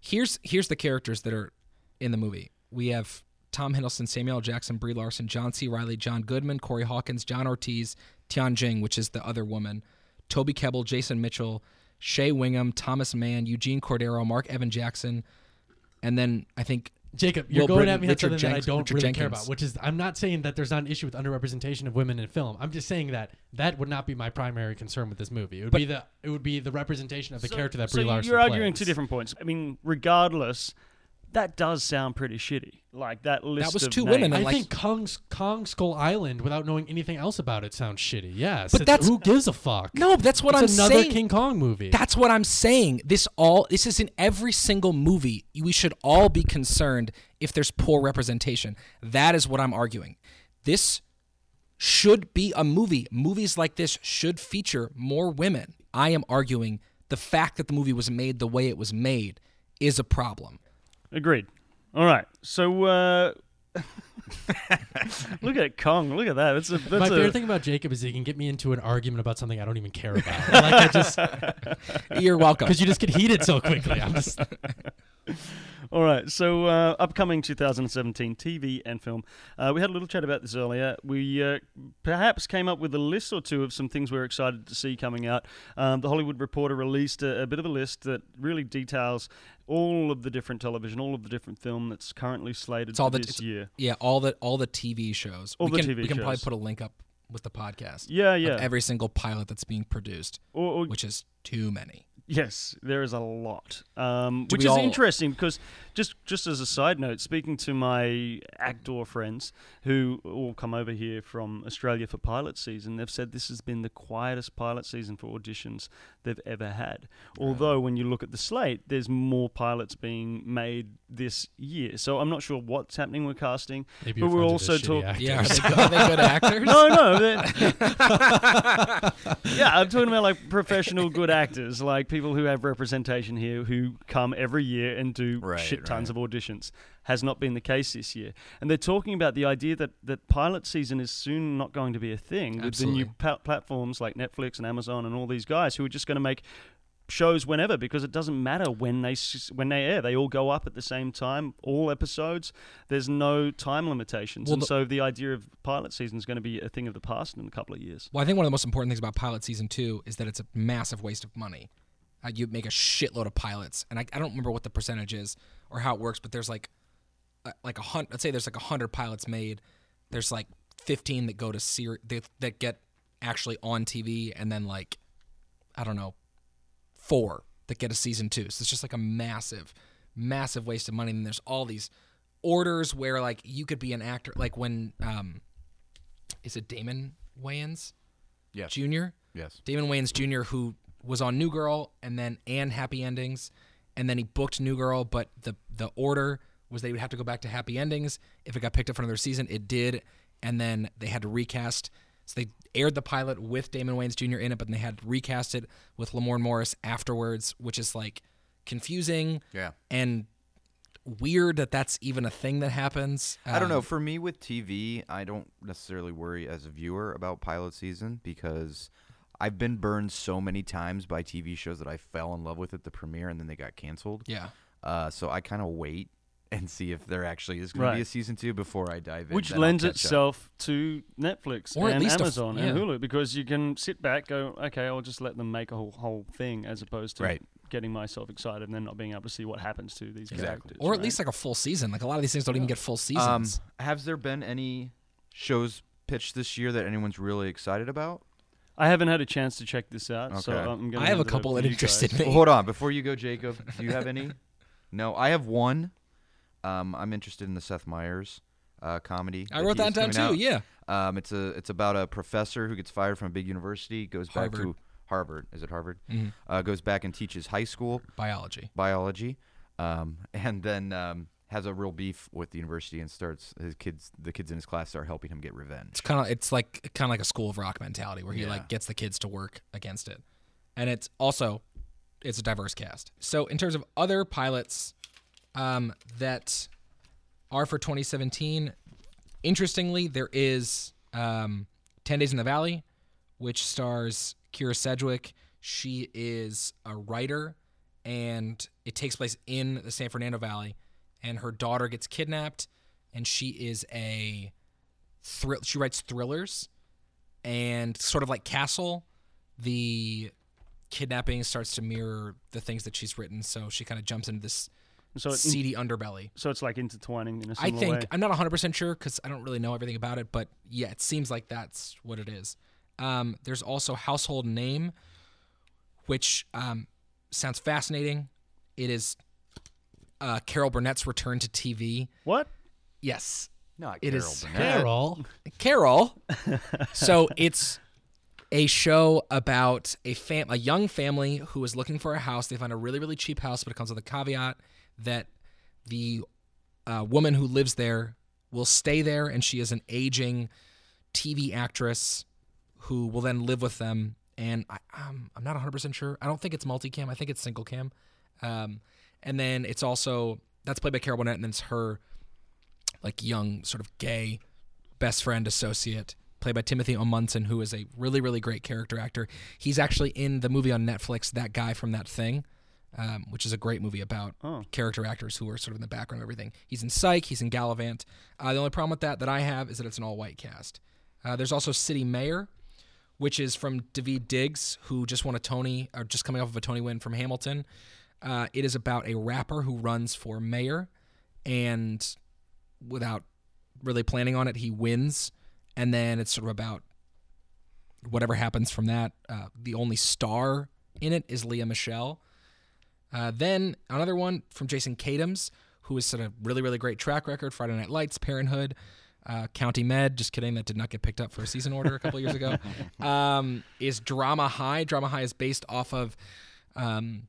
Speaker 3: Here's here's the characters that are in the movie. We have Tom Hiddleston, Samuel L. Jackson, Brie Larson, John C. Riley, John Goodman, Corey Hawkins, John Ortiz, Tian Jing, which is the other woman, Toby Kebbell, Jason Mitchell, Shay Wingham, Thomas Mann, Eugene Cordero, Mark Evan Jackson, and then I think
Speaker 2: Jacob, you're
Speaker 3: Will
Speaker 2: going
Speaker 3: Britton,
Speaker 2: at me at
Speaker 3: Richard
Speaker 2: something
Speaker 3: Jenks-
Speaker 2: that I don't
Speaker 3: Richard
Speaker 2: really care
Speaker 3: Jenkins.
Speaker 2: about, which is I'm not saying that there's not an issue with underrepresentation of women in film. I'm just saying that that would not be my primary concern with this movie. It would be the it would be the representation of the character that
Speaker 1: so
Speaker 2: Brie Larson
Speaker 1: You're arguing
Speaker 2: plays.
Speaker 1: two different points. I mean, regardless, that does sound pretty shitty. Like that list.
Speaker 3: was
Speaker 1: of
Speaker 3: two
Speaker 1: names.
Speaker 3: women,
Speaker 2: I
Speaker 3: like-
Speaker 2: think Kong's, Kong Skull Island, without knowing anything else about it, sounds shitty. Yes,
Speaker 3: But
Speaker 2: it's-
Speaker 3: that's-
Speaker 2: who gives a fuck?
Speaker 3: no, that's what
Speaker 2: it's
Speaker 3: I'm
Speaker 2: another
Speaker 3: saying.
Speaker 2: King Kong movie.
Speaker 3: That's what I'm saying. This all this is in every single movie. We should all be concerned if there's poor representation. That is what I'm arguing. This should be a movie. Movies like this should feature more women. I am arguing the fact that the movie was made the way it was made is a problem.
Speaker 1: Agreed. All right. So uh, look at Kong. Look at that. That's a.
Speaker 2: my
Speaker 1: That's a
Speaker 2: favorite thing about Jacob is he can get me into an argument about something I don't even care about. like I just
Speaker 3: You're welcome.
Speaker 2: because you just get heated so quickly. I'm just
Speaker 1: All right, so uh, upcoming 2017 TV and film. Uh, we had a little chat about this earlier. We uh, perhaps came up with a list or two of some things we're excited to see coming out. Um, the Hollywood Reporter released a, a bit of a list that really details all of the different television, all of the different film that's currently slated
Speaker 3: all
Speaker 1: for
Speaker 3: the-
Speaker 1: this
Speaker 3: it's-
Speaker 1: year.
Speaker 3: yeah, all the all the TV shows.
Speaker 1: All
Speaker 3: we
Speaker 1: the
Speaker 3: can
Speaker 1: TV
Speaker 3: we can probably
Speaker 1: shows.
Speaker 3: put a link up with the podcast.
Speaker 1: Yeah,
Speaker 3: Of
Speaker 1: yeah.
Speaker 3: every single pilot that's being produced,
Speaker 1: Or, or-
Speaker 3: which is too many.
Speaker 1: Yes, there is a lot, um, which
Speaker 3: we
Speaker 1: is
Speaker 3: all-
Speaker 1: interesting because just just as a side note, speaking to my actor friends who all come over here from Australia for pilot season, they've said this has been the quietest pilot season for auditions they've ever had. Although when you look at the slate, there's more pilots being made this year, so I'm not sure what's happening with casting.
Speaker 2: Maybe
Speaker 1: But
Speaker 2: your
Speaker 1: we're
Speaker 2: friends are just
Speaker 1: also
Speaker 2: shitty
Speaker 1: talk-
Speaker 2: actors.
Speaker 3: Yeah, are they, good, are they good actors?
Speaker 1: No, no. they're- yeah, I'm talking about like professional good actors, like people who have representation here who come every year and do
Speaker 4: Right,
Speaker 1: shit tons
Speaker 4: right.
Speaker 1: of auditions. Has not been the case this year. And they're talking about the idea that, that pilot season is soon not going to be a thing with the new
Speaker 3: Absolutely.
Speaker 1: pa- platforms like Netflix and Amazon and all these guys who are just going to make shows whenever because it doesn't matter when they s- when they air they all go up at the same time all episodes there's no time limitations
Speaker 3: Well,
Speaker 1: and
Speaker 3: the-
Speaker 1: so the idea of pilot season is going to be a thing of the past in a couple of years
Speaker 3: Well, I think one of the most important things about pilot season two is that it's a massive waste of money. Uh, you make a shitload of pilots, and I, I don't remember what the percentage is or how it works, but there's like uh, like a hundred. Let's say there's like a hundred pilots made. There's like fifteen that go to ser- that, that get actually on TV, and then like I don't know four that get a season two. So it's just like a massive, massive waste of money. And there's all these orders where like you could be an actor, like when um, is it Damon Wayans?
Speaker 4: Yes.
Speaker 3: Jr.
Speaker 4: Yes.
Speaker 3: Damon Wayans Jr., who was on New Girl and then and Happy Endings, and then he booked New Girl, but the the order was they would have to go back to Happy Endings. If it got picked up for another season, it did, and then they had to recast. So they aired the pilot with Damon Wayans Jr. in it, but then they had to recast it with Lamorne Morris afterwards, which is like confusing
Speaker 4: Yeah.
Speaker 3: and weird that that's even a thing that happens.
Speaker 4: I don't know.
Speaker 3: Um,
Speaker 4: For me, with TV, I don't necessarily worry as a viewer about pilot season because I've been burned so many times by TV shows that I fell in love with at the premiere and then they got canceled.
Speaker 3: Yeah.
Speaker 4: Uh, so I kind of wait and see if there actually is going to be
Speaker 1: Right.
Speaker 4: a season two before I dive in.
Speaker 1: Which
Speaker 4: then I'll
Speaker 1: lends
Speaker 4: catch up.
Speaker 1: itself to Netflix
Speaker 3: Or at
Speaker 1: and
Speaker 3: least a f-
Speaker 1: Amazon and
Speaker 3: yeah.
Speaker 1: Hulu because you can sit back, go, okay, I'll just let them make a whole, whole thing as opposed to
Speaker 4: Right.
Speaker 1: getting myself excited and then not being able to see what happens to these
Speaker 4: Exactly.
Speaker 1: characters.
Speaker 3: Or at
Speaker 1: right?
Speaker 3: least like a full season. Like a lot of these things don't even get full
Speaker 4: Um,
Speaker 3: seasons.
Speaker 4: has there been any shows pitched this year that anyone's really excited about?
Speaker 1: I haven't had a chance to check this out, so
Speaker 4: Okay.
Speaker 1: I'm going.
Speaker 3: I have a couple that interested me.
Speaker 4: Well, hold on, before you go, Jacob, do you have any? no, I have one. Um, I'm interested in the Seth Meyers uh, comedy.
Speaker 3: I wrote that down too.
Speaker 4: Yeah.
Speaker 3: Yeah.
Speaker 4: Um, it's a it's about a professor who gets fired from a big university, goes back
Speaker 3: Harvard. Mm-hmm.
Speaker 4: to Harvard. Is it Harvard? Uh, goes back and teaches high school
Speaker 3: Biology.
Speaker 4: biology, um, and then um, has a real beef with the university and starts his kids. The kids in his class are helping him get revenge.
Speaker 3: It's kind of it's like kind of like a school of rock mentality where he
Speaker 4: Yeah.
Speaker 3: like gets the kids to work against it, and it's also it's a diverse cast. So in terms of other pilots um, that are for 2017, interestingly there is um, Ten Days in the Valley, which stars Kira Sedgwick. She is a writer, and it takes place in the San Fernando Valley, and her daughter gets kidnapped, and she is a thrill. She writes thrillers, and sort of like Castle, the kidnapping starts to mirror the things that she's written. So she kind of jumps into this
Speaker 1: So, it,
Speaker 3: seedy underbelly.
Speaker 1: so it's like intertwining in a
Speaker 3: I
Speaker 1: similar
Speaker 3: think
Speaker 1: way.
Speaker 3: I'm not 100 percent sure because I don't really know everything about it, but yeah, it seems like that's what it is. Um, there's also household name, which um, sounds fascinating. It is uh, Carol Burnett's return to TV.
Speaker 1: What?
Speaker 3: Yes,
Speaker 4: Not
Speaker 3: It
Speaker 4: Carol
Speaker 3: is-
Speaker 4: Burnett.
Speaker 2: Carol.
Speaker 3: Carol. so it's a show about a fam, a young family who is looking for a house. They find a really, really cheap house, but it comes with a caveat that the uh, woman who lives there will stay there, and she is an aging TV actress who will then live with them. And I, um, I'm not 100% sure. I don't think it's multicam. I think it's single cam. Um, and then it's also that's played by Carol Burnett, and then it's her like young sort of gay best friend associate played by Timothy O'Munson who is a really really great character actor. He's actually in the movie on Netflix that guy from that thing um, which is a great movie about
Speaker 1: Oh.
Speaker 3: character actors who are sort of in the background of everything. He's in Psych, he's in Gallivant. Uh, the only problem with that that I have is that it's an all white cast. Uh, there's also City Mayor, which is from David Diggs, who just won a Tony, or just coming off of a Tony win from Hamilton. Uh, it is about a rapper who runs for mayor, and without really planning on it, he wins. And then it's sort of about whatever happens from that. Uh, the only star in it is Leah Michelle. Uh, then another one from Jason Kadams, who has set a really, really great track record Friday Night Lights, Parenthood, uh, County Med. Just kidding, that did not get picked up for a season order a couple years ago. Um, is Drama High. Drama High is based off of, um,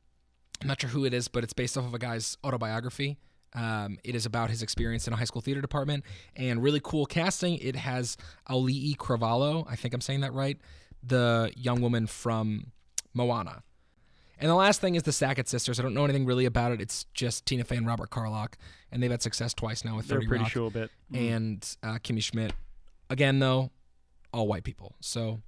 Speaker 3: I'm not sure who it is, but it's based off of a guy's autobiography. Um, it is about his experience in a high school theater department and really cool casting. It has Ali'i Cravallo, I think I'm saying that right, the young woman from Moana. And the last thing is the Sackett sisters. I don't know anything really about it. It's just Tina Fey and Robert Carlock, and they've had success twice now with
Speaker 1: They're
Speaker 3: 30
Speaker 1: a pretty
Speaker 3: Rock
Speaker 1: sure Mm-hmm. bet.
Speaker 3: and uh, Kimmy Schmidt. Again, though, all white people. So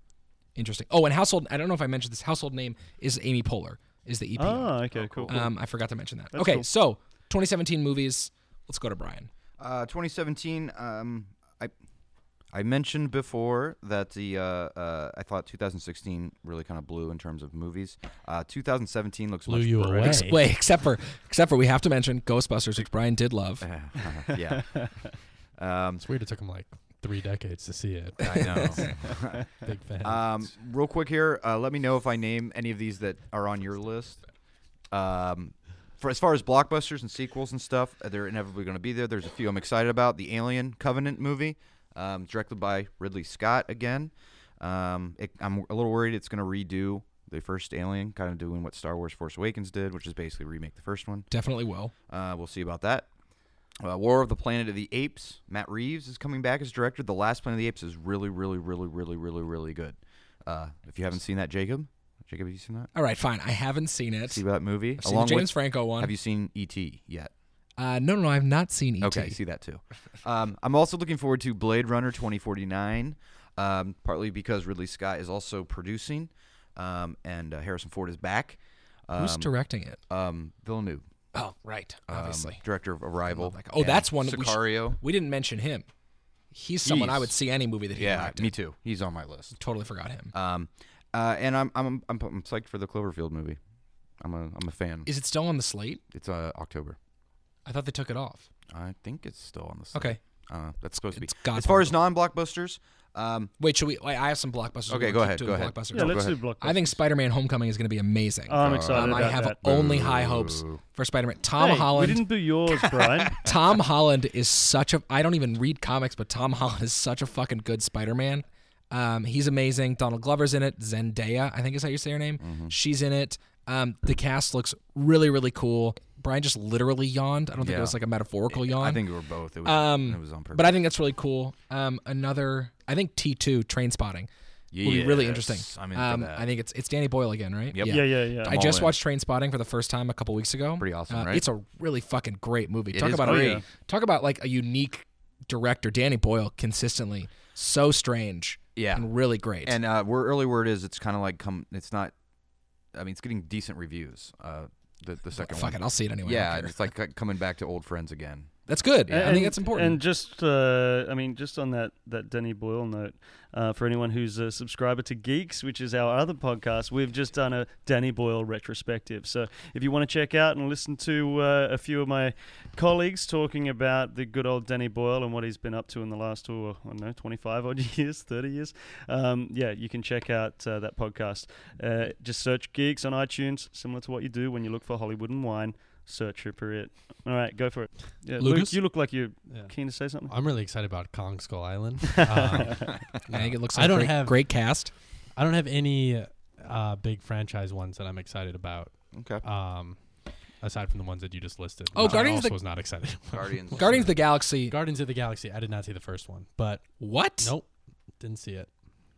Speaker 3: interesting. Oh, and household. I don't know if I mentioned this. Household name is Amy Poehler. Is the E EP?
Speaker 1: Oh, okay, cool. cool.
Speaker 3: Um, I forgot to mention that.
Speaker 1: That's
Speaker 3: okay,
Speaker 1: cool.
Speaker 3: so 2017 movies. Let's go to Brian.
Speaker 4: Uh, 2017. Um, I I mentioned before that the uh, uh, I thought 2016 really kind of blew in terms of movies. Uh, 2017 looks
Speaker 2: Blew
Speaker 4: much
Speaker 2: you
Speaker 4: brighter.
Speaker 2: away.
Speaker 3: Ex-
Speaker 2: Hey.
Speaker 3: Wait, except for except for we have to mention Ghostbusters, which Brian did love.
Speaker 4: yeah. Um,
Speaker 2: It's weird. It took him like three decades to see it.
Speaker 4: I know.
Speaker 2: Big fan.
Speaker 4: Um, real quick here, uh, let me know if I name any of these that are on your list. Um, for as far as blockbusters and sequels and stuff, uh, they're inevitably going to be there. There's a few I'm excited about: the Alien Covenant movie, um, directed by Ridley Scott again. Um, it, I'm a little worried it's going to redo the first Alien, kind of doing what Star Wars Force Awakens did, which is basically remake the first one.
Speaker 3: Definitely will.
Speaker 4: Uh, we'll see about that. Uh, War of the Planet of the Apes. Matt Reeves is coming back as director. The Last Planet of the Apes is really, really, really, really, really, really good. Uh, if you haven't seen that, Jacob, Jacob, have you seen that?
Speaker 3: All right, fine. I haven't seen it.
Speaker 4: See that movie?
Speaker 3: I've seen the James Franco one.
Speaker 4: have you seen E.T. yet?
Speaker 3: uh, no, no, no, I've not seen E.T.
Speaker 4: Okay, see that too. Um, I'm also looking forward to Blade Runner 2049, um, partly because Ridley Scott is also producing, um, and uh, Harrison Ford is back. Um,
Speaker 3: Who's directing it?
Speaker 4: um, Villeneuve,
Speaker 3: Oh, right.
Speaker 4: um,
Speaker 3: Obviously.
Speaker 4: director of Arrival.
Speaker 3: Like, oh,
Speaker 4: and
Speaker 3: that's one that we sh-
Speaker 4: Sicario.
Speaker 3: we didn't mention him. He's someone I
Speaker 4: He's-
Speaker 3: would see any movie that he
Speaker 4: yeah,
Speaker 3: directed.
Speaker 4: me too. He's on my list.
Speaker 3: Totally forgot him.
Speaker 4: Um, uh, and I'm I'm I'm I'm psyched for the Cloverfield movie. I'm a I'm a fan.
Speaker 3: Is it still on the slate?
Speaker 4: It's uh, October.
Speaker 3: I thought they took it off.
Speaker 4: I think it's still on the. slate.
Speaker 3: Okay.
Speaker 4: Uh, that's supposed to be.
Speaker 3: It's God
Speaker 4: as far as non-blockbusters, um,
Speaker 3: Wait, should we? Wait, I have some blockbusters.
Speaker 4: Okay,
Speaker 3: We'll
Speaker 4: go
Speaker 3: keep
Speaker 4: ahead,
Speaker 3: doing
Speaker 4: go ahead. Oh,
Speaker 3: blockbusters.
Speaker 1: Yeah,
Speaker 4: go
Speaker 1: let's do
Speaker 4: ahead.
Speaker 1: blockbuster.
Speaker 3: I think Spider-Man: Homecoming is going to be amazing.
Speaker 1: I'm excited
Speaker 3: Um, I
Speaker 1: about
Speaker 3: have
Speaker 1: that.
Speaker 3: only high hopes for Spider-Man. Tom
Speaker 1: Hey,
Speaker 3: Holland.
Speaker 1: We didn't do yours, Brian.
Speaker 3: Tom Holland is such a. I don't even read comics, but Tom Holland is such a fucking good Spider Man. Um, he's amazing. Donald Glover's in it. Zendaya, I think is how you say her name.
Speaker 4: Mm-hmm.
Speaker 3: She's in it. Um, the cast looks really, really cool. Brian just literally yawned. I don't think it
Speaker 4: Yeah.
Speaker 3: was like a metaphorical yawn.
Speaker 4: I think we were both. It was,
Speaker 3: Um,
Speaker 4: it was on purpose.
Speaker 3: but I think that's really cool. Um, another, I think T two Train Spotting will be really interesting.
Speaker 4: Yes, I'm in for
Speaker 3: um,
Speaker 4: that.
Speaker 3: I think it's it's Danny Boyle again, right?
Speaker 4: Yep.
Speaker 1: yeah, yeah, yeah.
Speaker 3: I
Speaker 4: all
Speaker 3: just
Speaker 4: in.
Speaker 3: watched Train Spotting for the first time a couple weeks ago.
Speaker 4: Pretty awesome,
Speaker 3: Uh,
Speaker 4: right?
Speaker 3: It's a really fucking great movie.
Speaker 4: It
Speaker 3: talk
Speaker 4: is
Speaker 3: about
Speaker 4: great.
Speaker 1: Oh, yeah.
Speaker 3: talk about like a unique director, Danny Boyle, consistently so strange
Speaker 4: yeah.
Speaker 3: and really great.
Speaker 4: And uh, where early word is, it's kind of like come. It's not. I mean, it's getting decent reviews. Uh, the the second
Speaker 3: fuck it,
Speaker 4: one.
Speaker 3: I'll see it anyway. I don't
Speaker 4: yeah,
Speaker 3: care.
Speaker 4: it's like c- coming back to old friends again.
Speaker 3: that's good. I think
Speaker 1: And-
Speaker 3: that's important.
Speaker 1: And just, uh, I mean, just on that that Denny Boyle note, uh, for anyone who's a subscriber to Geeks, which is our other podcast, we've just done a Danny Boyle retrospective. So if you want to check out and listen to uh, a few of my colleagues talking about the good old Danny Boyle and what he's been up to in the last, oh, I don't know, twenty five odd years, thirty years, um, yeah, you can check out uh, that podcast. Uh, just search Geeks on iTunes, similar to what you do when you look for Hollywood and wine. Search it for it. All right, go for it. Yeah, Luke,
Speaker 2: Lucas?
Speaker 1: you look like you're
Speaker 2: Yeah.
Speaker 1: keen to say something?
Speaker 2: I'm really excited about Kong Skull Island. Um,
Speaker 4: Uh,
Speaker 3: I think it looks
Speaker 2: I
Speaker 3: like a
Speaker 2: don't
Speaker 3: great,
Speaker 2: have-
Speaker 3: great cast.
Speaker 2: I don't have any uh, big franchise ones that I'm excited about.
Speaker 4: Okay.
Speaker 2: Um, aside from the ones that you just listed.
Speaker 3: Oh,
Speaker 2: which I
Speaker 3: Guardians of the-
Speaker 2: also was not excited. about.
Speaker 4: Guardians.
Speaker 3: Guardians of the Galaxy.
Speaker 2: Guardians of the Galaxy. I did not see the first one, but
Speaker 3: what?
Speaker 2: nope, didn't see it.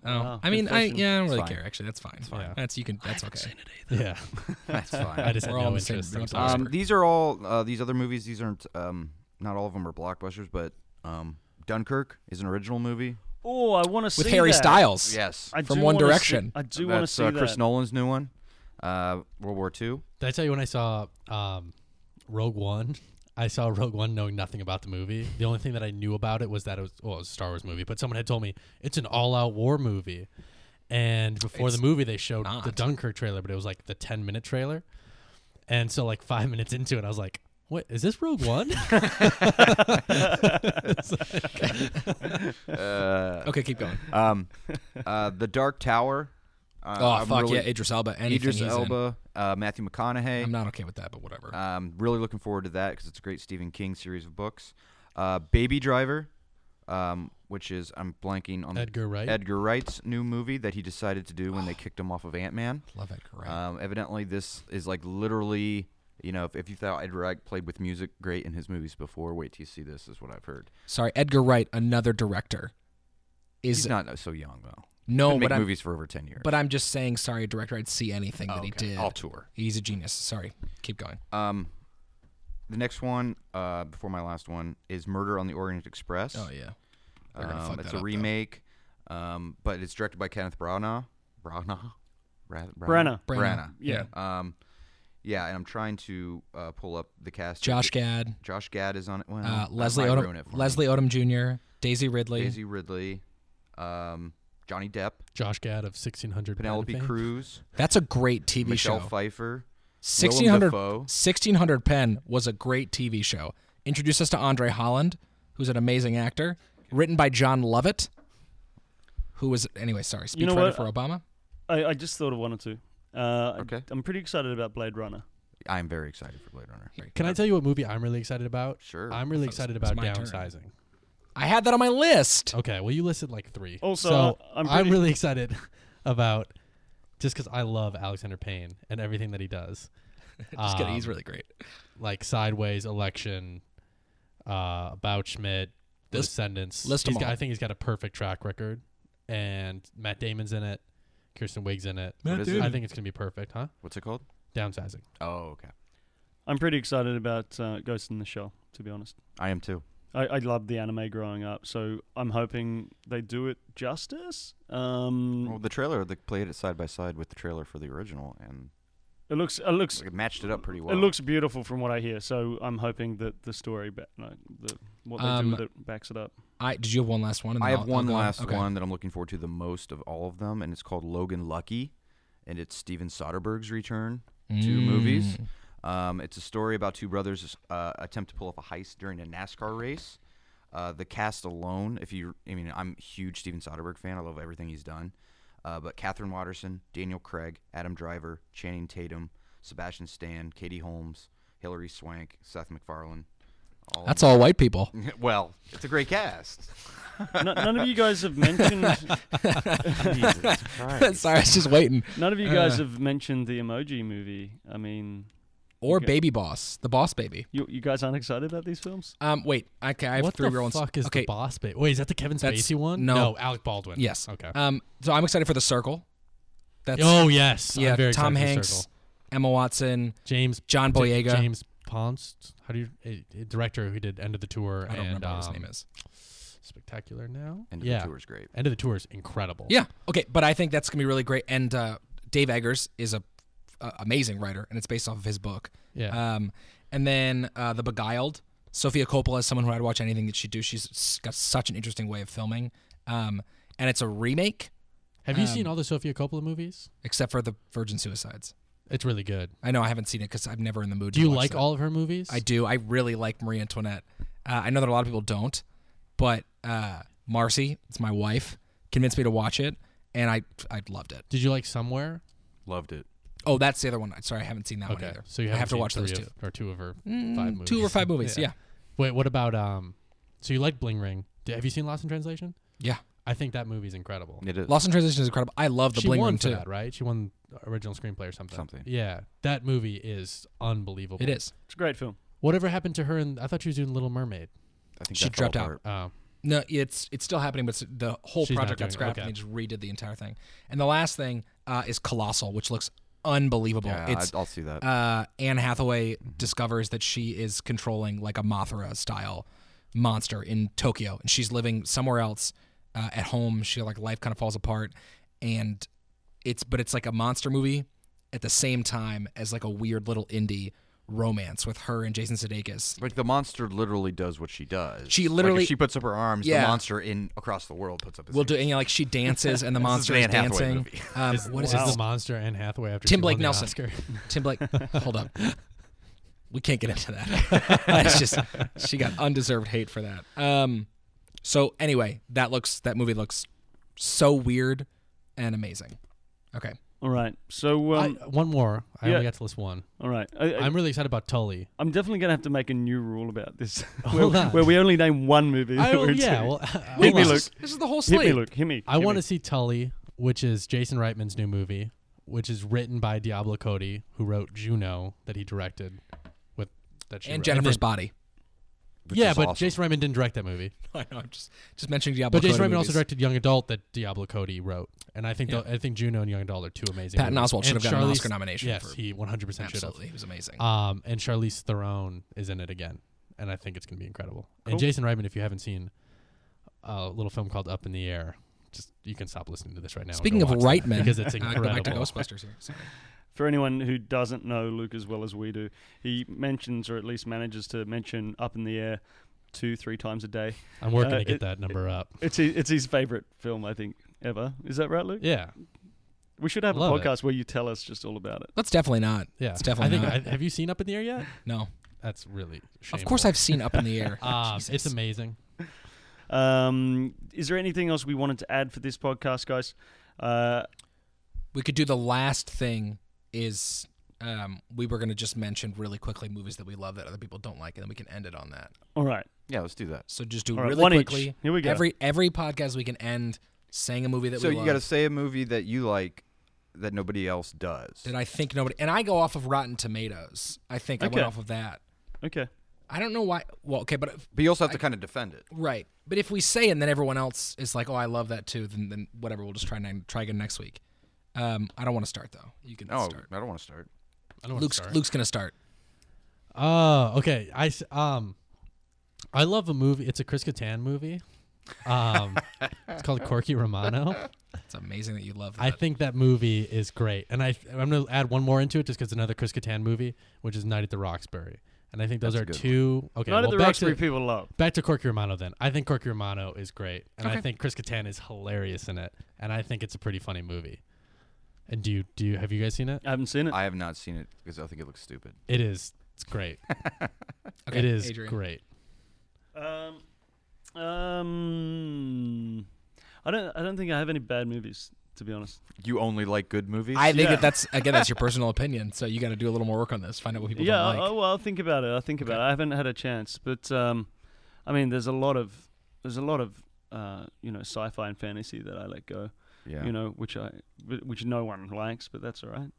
Speaker 3: Oh,
Speaker 1: Wow,
Speaker 3: I mean,
Speaker 1: good
Speaker 3: I
Speaker 1: fortune.
Speaker 3: yeah, I don't really
Speaker 4: fine.
Speaker 3: care. Actually, that's fine.
Speaker 2: fine.
Speaker 3: That's you can. That's okay.
Speaker 2: Yeah,
Speaker 4: That's fine.
Speaker 2: I just had
Speaker 3: We're all
Speaker 2: no
Speaker 3: in the same
Speaker 2: interest. I'm
Speaker 3: boat.
Speaker 2: sorry.
Speaker 4: Um,
Speaker 3: Oscar.
Speaker 4: these are all uh, these other movies. These aren't um, not all of them are blockbusters, but um, Dunkirk is an original movie.
Speaker 1: Oh, I want to see
Speaker 3: With Harry
Speaker 1: that.
Speaker 3: Styles.
Speaker 4: Yes,
Speaker 1: I
Speaker 3: from
Speaker 1: do
Speaker 3: One
Speaker 1: wanna see-
Speaker 3: Direction.
Speaker 1: I do want to
Speaker 4: that's
Speaker 1: see
Speaker 4: uh,
Speaker 1: that.
Speaker 4: Chris Nolan's new one, uh, World War II.
Speaker 2: Did I tell you when I saw um, Rogue One? I saw Rogue One knowing nothing about the movie. The only thing that I knew about it was that it was, well, it was a Star Wars movie, but someone had told me it's an all out war movie. And before
Speaker 3: It's
Speaker 2: the movie, they showed the
Speaker 3: not.
Speaker 2: Dunkirk trailer, but it was like the 10 minute trailer. And so, like, five minutes into it, I was like, what is this Rogue One?
Speaker 4: Uh,
Speaker 3: Okay, keep going.
Speaker 4: um, uh, the Dark Tower. Uh,
Speaker 3: Oh
Speaker 4: I'm
Speaker 3: fuck
Speaker 4: really-
Speaker 3: yeah, Idris Elba. Anything
Speaker 4: Idris
Speaker 3: he's in.
Speaker 4: Elba, uh, Matthew
Speaker 3: I'm
Speaker 4: McConaughey.
Speaker 3: not okay with that, but whatever.
Speaker 4: Um, really looking forward to that because it's a great Stephen King series of books. Uh, Baby Driver, um, which is I'm blanking on
Speaker 2: Edgar Wright.
Speaker 4: Edgar Wright's new movie that he decided to do when they kicked him off of Ant Man.
Speaker 3: Love it, correct.
Speaker 4: Um, evidently, this is like literally, you know, if, if you thought Edgar Wright played with music great in his movies before, wait till you see this. Is what I've heard.
Speaker 3: Sorry, Edgar Wright, another director. Is
Speaker 4: He's not uh, so young though.
Speaker 3: no, but
Speaker 4: Been making
Speaker 3: I'm,
Speaker 4: movies for over ten years.
Speaker 3: but I'm just saying, sorry, director. I'd see anything that he
Speaker 4: Okay.
Speaker 3: did.
Speaker 4: I'll tour.
Speaker 3: He's a genius. Sorry, keep going.
Speaker 4: Um, the next one, uh, before my last one, is Murder on the Orient Express.
Speaker 3: Oh yeah, they're gonna
Speaker 4: Um,
Speaker 3: fuck
Speaker 4: it's
Speaker 3: that
Speaker 4: a
Speaker 3: up, though.
Speaker 4: remake, um, but it's directed by Kenneth Branagh. Branagh. Ra- Branagh.
Speaker 1: Brenner.
Speaker 4: Branagh.
Speaker 1: Yeah.
Speaker 4: Um, yeah, and I'm trying to uh, pull up the cast.
Speaker 3: Josh Gad,
Speaker 4: Josh Gad is on it. Well,
Speaker 3: uh,
Speaker 4: that
Speaker 3: Leslie
Speaker 4: Oh, might ruin
Speaker 3: Odom,
Speaker 4: it for me.
Speaker 3: Leslie Odom Jr., Daisy Ridley,
Speaker 4: Daisy Ridley, um, Johnny Depp,
Speaker 2: Josh Gad of 1600. Men
Speaker 4: Penelope
Speaker 2: fame.
Speaker 4: Cruz,
Speaker 3: That's a great TV
Speaker 4: Michelle
Speaker 3: show.
Speaker 4: Pfeiffer,
Speaker 3: 1600,
Speaker 4: Willem Dafoe.
Speaker 3: 1600 Pen was a great TV show. Introduced us to Andre Holland, who's an amazing actor. Written by John Lovett, who was anyway. Sorry, speechwriter
Speaker 1: You know what?
Speaker 3: for Obama.
Speaker 1: I, I just thought of one or two. Uh,
Speaker 4: Okay.
Speaker 1: I'm pretty excited about Blade Runner.
Speaker 4: I'm very excited for Blade Runner.
Speaker 2: Can I tell you what movie I'm really excited about?
Speaker 4: Sure.
Speaker 2: I'm really
Speaker 3: I thought it
Speaker 2: excited
Speaker 3: was-
Speaker 2: about
Speaker 3: it was my
Speaker 2: downsizing.
Speaker 3: I had that on my list.
Speaker 2: Okay, well, you listed like three.
Speaker 1: Also,
Speaker 2: so
Speaker 1: I'm
Speaker 2: I'm,
Speaker 1: pretty-
Speaker 2: really excited about just because I love Alexander Payne and everything that he does.
Speaker 3: Just kidding. He's
Speaker 2: Um,
Speaker 3: really great.
Speaker 2: like Sideways, Election, uh, About Schmidt, The
Speaker 3: List-
Speaker 2: Descendants.
Speaker 3: list 'em
Speaker 2: He's got-
Speaker 3: all.
Speaker 2: I think he's got a perfect track record, and Matt Damon's in it, Kirsten Wiggs in it.
Speaker 4: Matt
Speaker 2: I
Speaker 4: Damon.
Speaker 2: think it's gonna be perfect, huh?
Speaker 4: What's it called?
Speaker 2: Downsizing.
Speaker 4: Oh, okay.
Speaker 1: I'm pretty excited about uh, Ghost in the Shell, to be honest.
Speaker 4: I am too.
Speaker 1: I, I loved the anime growing up, so I'm hoping they do it justice. Um,
Speaker 4: Well, the trailer they played it side by side with the trailer for the original, and
Speaker 1: it looks it looks
Speaker 4: it matched it up pretty well.
Speaker 1: it looks beautiful from what I hear. So I'm hoping that the story, ba- like the, what they
Speaker 3: Um,
Speaker 1: do with it, backs it up.
Speaker 3: I did you have one last one? and
Speaker 4: I
Speaker 3: then
Speaker 4: have
Speaker 3: I'll- I'll
Speaker 4: one
Speaker 3: go on?
Speaker 4: last
Speaker 3: Okay.
Speaker 4: one that I'm looking forward to the most of all of them, and it's called Logan Lucky, and it's Steven Soderbergh's return. Two movies.
Speaker 3: Mm.
Speaker 4: Um, it's a story about two brothers uh, attempt to pull off a heist during a NASCAR race. Uh, the cast alone, if you, I mean, I'm a huge Steven Soderbergh fan. I love everything he's done. Uh, but Catherine Watterson, Daniel Craig, Adam Driver, Channing Tatum, Sebastian Stan, Katie Holmes, Hilary Swank, Seth MacFarlane. All
Speaker 3: That's all white people.
Speaker 4: well, it's a great cast.
Speaker 1: No, none of you guys have mentioned.
Speaker 4: Jesus Christ.
Speaker 3: Sorry, I was just waiting.
Speaker 1: None of you guys
Speaker 3: Uh.
Speaker 1: have mentioned the Emoji Movie. I mean,
Speaker 3: Or
Speaker 1: Okay.
Speaker 3: Baby Boss, the Boss Baby.
Speaker 1: you you guys aren't excited about these films?
Speaker 3: Um, wait. Okay, I have
Speaker 2: what
Speaker 3: three
Speaker 2: the
Speaker 3: real ones.
Speaker 2: fuck is
Speaker 3: okay,
Speaker 2: the boss? Ba- Wait, is that the Kevin
Speaker 3: That's-
Speaker 2: Spacey one?
Speaker 3: no.
Speaker 2: Alec Baldwin.
Speaker 3: Yes.
Speaker 2: Okay.
Speaker 3: Um, so I'm excited for the Circle. That's
Speaker 2: oh yes. I'm
Speaker 3: yeah.
Speaker 2: very
Speaker 3: Tom
Speaker 2: excited for
Speaker 3: Hanks,
Speaker 2: Circle.
Speaker 3: Emma Watson,
Speaker 2: James
Speaker 3: John
Speaker 2: J-
Speaker 3: Boyega.
Speaker 2: James Ponst. How do you a, a director who did End of the Tour
Speaker 3: I don't
Speaker 2: and
Speaker 3: remember
Speaker 2: um,
Speaker 3: what his name is.
Speaker 2: Spectacular now.
Speaker 4: And
Speaker 2: yeah.
Speaker 4: the tour's great.
Speaker 2: End of the Tour is incredible.
Speaker 3: Yeah. Okay, but I think that's gonna be really great. And uh, Dave Eggers is a, a amazing writer, and it's based off of his book.
Speaker 2: Yeah.
Speaker 3: Um, and then uh, The Beguiled. Sophia Coppola is someone who I'd watch anything that she do. She's s- got such an interesting way of filming. Um, and it's a remake,
Speaker 2: Have you
Speaker 3: um,
Speaker 2: seen all the Sofia Coppola movies?
Speaker 3: except for the Virgin Suicides.
Speaker 2: It's really good.
Speaker 3: I know I haven't seen it because I'm never in the mood.
Speaker 2: Do
Speaker 3: to
Speaker 2: you
Speaker 3: watch
Speaker 2: like
Speaker 3: that.
Speaker 2: all of her movies?
Speaker 3: I do. I really like Marie Antoinette. Uh, I know that a lot of people don't, but uh, Marcy, it's my wife, convinced me to watch it, and I I loved it.
Speaker 2: Did you like Somewhere?
Speaker 4: Loved it.
Speaker 3: Oh, that's the other one. Sorry, I haven't seen that
Speaker 2: Okay.
Speaker 3: one either.
Speaker 2: So you
Speaker 3: I have to
Speaker 2: seen
Speaker 3: watch
Speaker 2: three
Speaker 3: those
Speaker 2: of-
Speaker 3: two.
Speaker 2: or two of her
Speaker 3: Mm,
Speaker 2: five movies.
Speaker 3: Two or five movies. Yeah.
Speaker 2: Wait, what about um? So you like Bling Ring? D- Have you seen Lost in Translation?
Speaker 3: Yeah.
Speaker 2: I think that movie's incredible.
Speaker 4: It is.
Speaker 3: Lost in Translation is incredible. I love the
Speaker 2: she
Speaker 3: Bling
Speaker 2: won
Speaker 3: Ring
Speaker 2: for
Speaker 3: too.
Speaker 2: that, right? She won original screenplay or something.
Speaker 4: Something.
Speaker 2: Yeah, that movie is unbelievable.
Speaker 3: It is.
Speaker 1: It's a great film.
Speaker 2: Whatever happened to her? And I thought she was doing Little Mermaid.
Speaker 4: I think
Speaker 3: She
Speaker 4: that fell
Speaker 3: dropped out.
Speaker 4: apart.
Speaker 2: Oh,
Speaker 3: No, it's it's still happening, but it's- the whole
Speaker 2: She's not
Speaker 3: project got
Speaker 2: doing it.
Speaker 3: scrapped,
Speaker 2: Okay.
Speaker 3: and they just redid the entire thing. And the last thing uh, is Colossal, which looks unbelievable.
Speaker 4: Yeah,
Speaker 3: it's
Speaker 4: I, Mm-hmm. I'll see that.
Speaker 3: uh, Anne Hathaway discovers that she is controlling like a Mothra style monster in Tokyo, and she's living somewhere else uh, at home. She like life kind of falls apart, and it's but it's like a monster movie at the same time as like a weird little indie romance with her and Jason Sudeikis.
Speaker 4: Like the monster literally does what she does.
Speaker 3: She
Speaker 4: Like, if
Speaker 3: literally-
Speaker 4: she puts up her arms.
Speaker 3: Yeah.
Speaker 4: The monster in across the world puts up his.
Speaker 3: We'll do and you know, like she dances and the
Speaker 4: This is
Speaker 3: monster
Speaker 4: an
Speaker 3: is
Speaker 4: Anne Hathaway
Speaker 3: dancing.
Speaker 4: movie.
Speaker 3: Um, what is
Speaker 2: Is
Speaker 1: Wow.
Speaker 2: the monster and Hathaway after
Speaker 3: Tim
Speaker 2: she
Speaker 3: Blake
Speaker 2: won the
Speaker 3: Nelson.
Speaker 2: Oscar?
Speaker 3: it? Tim Blake. Hold up. We can't get into that. That's just she got undeserved hate for that. Um, so anyway, that looks that movie looks so weird and amazing. Okay,
Speaker 1: All right, so
Speaker 2: I-
Speaker 1: um,
Speaker 2: one more. I
Speaker 1: yeah.
Speaker 2: only got to list one.
Speaker 1: all right, I, I,
Speaker 2: I'm really excited about Tully.
Speaker 1: I'm definitely gonna have to make a new rule about this, where,
Speaker 2: Hold on.
Speaker 1: where we only name one movie.
Speaker 2: I,
Speaker 1: that
Speaker 2: well,
Speaker 1: we're
Speaker 2: Oh, yeah,
Speaker 1: doing.
Speaker 2: well, uh,
Speaker 1: Hit
Speaker 2: hold
Speaker 1: me,
Speaker 2: on.
Speaker 1: Luke.
Speaker 3: This is- This is the whole
Speaker 1: hit me,
Speaker 3: slate.
Speaker 1: Luke. Hit me.
Speaker 2: I
Speaker 1: hit
Speaker 2: want
Speaker 1: me.
Speaker 2: to see Tully, which is Jason Reitman's new movie, which is written by Diablo Cody, who wrote Juno that he directed with that she
Speaker 3: and
Speaker 2: wrote.
Speaker 3: Jennifer's
Speaker 2: then-
Speaker 3: body.
Speaker 4: which
Speaker 2: yeah,
Speaker 4: is
Speaker 2: but
Speaker 4: awesome.
Speaker 2: Jason Reitman didn't direct that movie.
Speaker 3: I know. I'm just just mentioning Diablo.
Speaker 2: But Jason
Speaker 3: Cody
Speaker 2: Reitman also
Speaker 3: movies.
Speaker 2: directed Young Adult that Diablo Cody wrote, and I think
Speaker 3: Yeah.
Speaker 2: tho- I think Juno and Young Adult are two amazing.
Speaker 3: Patton
Speaker 2: movies.
Speaker 3: Oswalt should
Speaker 2: And
Speaker 3: have gotten an
Speaker 2: Charlize-
Speaker 3: Oscar nomination
Speaker 2: Yes,
Speaker 3: for-
Speaker 2: he 100 percent should have.
Speaker 3: Absolutely, he was amazing.
Speaker 2: Um, and Charlize Theron is in it again, and I think it's going to be incredible.
Speaker 1: Cool.
Speaker 2: And Jason Reitman, if you haven't seen uh, a little film called Up in the Air, just you can stop listening to this right now. and
Speaker 3: Speaking
Speaker 2: go
Speaker 3: of
Speaker 2: watch that,
Speaker 3: Reitman,
Speaker 2: because it's
Speaker 3: Uh, go
Speaker 2: incredible.
Speaker 3: back to Ghostbusters here. Sorry.
Speaker 1: For anyone who doesn't know Luke as well as we do, he mentions or at least manages to mention up in the air two, three times a day.
Speaker 2: I'm working
Speaker 1: Uh,
Speaker 2: to get
Speaker 1: it-
Speaker 2: that number up.
Speaker 1: It's his, it's his favorite film, I think, ever. Is that right, Luke?
Speaker 2: Yeah,
Speaker 1: We should have a
Speaker 2: Love it.
Speaker 1: podcast where you tell us just all about it.
Speaker 3: Let's definitely not.
Speaker 2: yeah.
Speaker 3: It's definitely
Speaker 2: I
Speaker 3: not.
Speaker 2: think I, have you seen Up in the Air yet?
Speaker 3: No.
Speaker 2: That's really. Shameful.
Speaker 3: Of course, I've seen Up in the Air.
Speaker 1: Ah,
Speaker 2: Um,
Speaker 3: Jesus.
Speaker 2: it's amazing.
Speaker 1: Um, is there anything else we wanted to add for this podcast, guys? Uh,
Speaker 3: we could do the last thing is um, we were going to just mention really quickly movies that we love that other people don't like and then we can end it on that
Speaker 1: all right.
Speaker 4: Yeah, let's do that.
Speaker 3: so just do
Speaker 1: All right,
Speaker 3: really
Speaker 1: one each.
Speaker 3: quickly
Speaker 1: Here we go.
Speaker 3: every every podcast we can end saying a movie that
Speaker 4: So
Speaker 3: we
Speaker 4: you
Speaker 3: love
Speaker 4: got to say a movie that you like, that nobody else does.
Speaker 3: that I think nobody and I go off of Rotten Tomatoes. I think I
Speaker 1: Okay.
Speaker 3: went off of that.
Speaker 1: Okay.
Speaker 3: I don't know why. Well, okay, but if-
Speaker 4: But you also have to kind of defend it.
Speaker 3: right. But if we say and then everyone else is like, "Oh, I love that too," then then whatever. We'll just try and try again next week. Um, I don't want to start though. You can
Speaker 1: Oh,
Speaker 4: No,
Speaker 3: start.
Speaker 4: Oh, I don't want to start.
Speaker 2: I don't wanna
Speaker 3: Luke's
Speaker 2: start.
Speaker 3: Luke's gonna start.
Speaker 2: Oh, okay. I s- um, I love a movie. It's a Chris Kattan movie. Um, it's called Corky Romano.
Speaker 3: It's amazing that you love that.
Speaker 2: I think that movie is great, and I I'm gonna add one more into it just because it's another Chris Kattan movie, which is Night at the Roxbury, and I think those
Speaker 4: That's a
Speaker 2: are
Speaker 4: good one.
Speaker 2: two. Okay,
Speaker 1: Not
Speaker 2: well,
Speaker 1: at the
Speaker 2: back
Speaker 1: Roxbury
Speaker 2: to,
Speaker 1: people love.
Speaker 2: Back to Corky Romano then. I think Corky Romano is great, and I
Speaker 3: Okay.
Speaker 2: think Chris Kattan is hilarious in it, and I think it's a pretty funny movie. And do you do you have you guys seen it?
Speaker 1: I haven't seen it.
Speaker 4: I have not seen it because I think it looks stupid.
Speaker 2: It is. It's great.
Speaker 3: Okay,
Speaker 2: it is
Speaker 3: Adrian.
Speaker 2: great.
Speaker 1: Um, um, I don't. I don't think I have any bad movies, to be honest.
Speaker 4: You only like good movies.
Speaker 3: I think
Speaker 1: Yeah.
Speaker 3: that that's again that's your personal opinion. So you got to do a little more work on this. Find out what people
Speaker 1: yeah.
Speaker 3: don't like.
Speaker 1: Oh well, I'll think about it. I'll think about it. I haven't had a chance, but um, I mean, there's a lot of there's a lot of uh, you know, sci-fi and fantasy that I let go.
Speaker 4: yeah.
Speaker 1: You know, which I wh- which no one likes, but that's all right.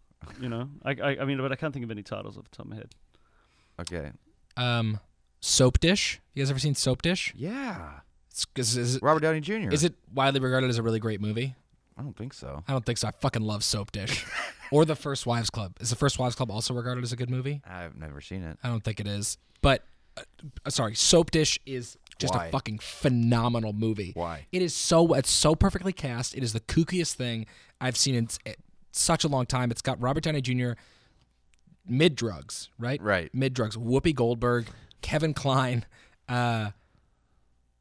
Speaker 1: You know, I, I I mean, but I can't think of any titles off the top of my head.
Speaker 4: Okay.
Speaker 3: Um, soap dish. You guys ever seen soap dish?
Speaker 4: Yeah.
Speaker 3: It's, is, is,
Speaker 4: Robert Downey Jr.
Speaker 3: is it widely regarded as a really great movie?
Speaker 4: I don't think so.
Speaker 3: I don't think so. I fucking love Soap Dish. or The First Wives Club. Is The First Wives Club also regarded as a good movie?
Speaker 4: I've never seen it.
Speaker 3: I don't think it is. But uh, uh, sorry, Soap Dish is just
Speaker 4: Why?
Speaker 3: a fucking phenomenal movie.
Speaker 4: Why?
Speaker 3: It is so it's so perfectly cast. It is the kookiest thing I've seen in s- eh, such a long time. It's got Robert Downey Jr. mid drugs, right?
Speaker 4: Right.
Speaker 3: Mid drugs. Whoopi Goldberg, Kevin Klein, uh,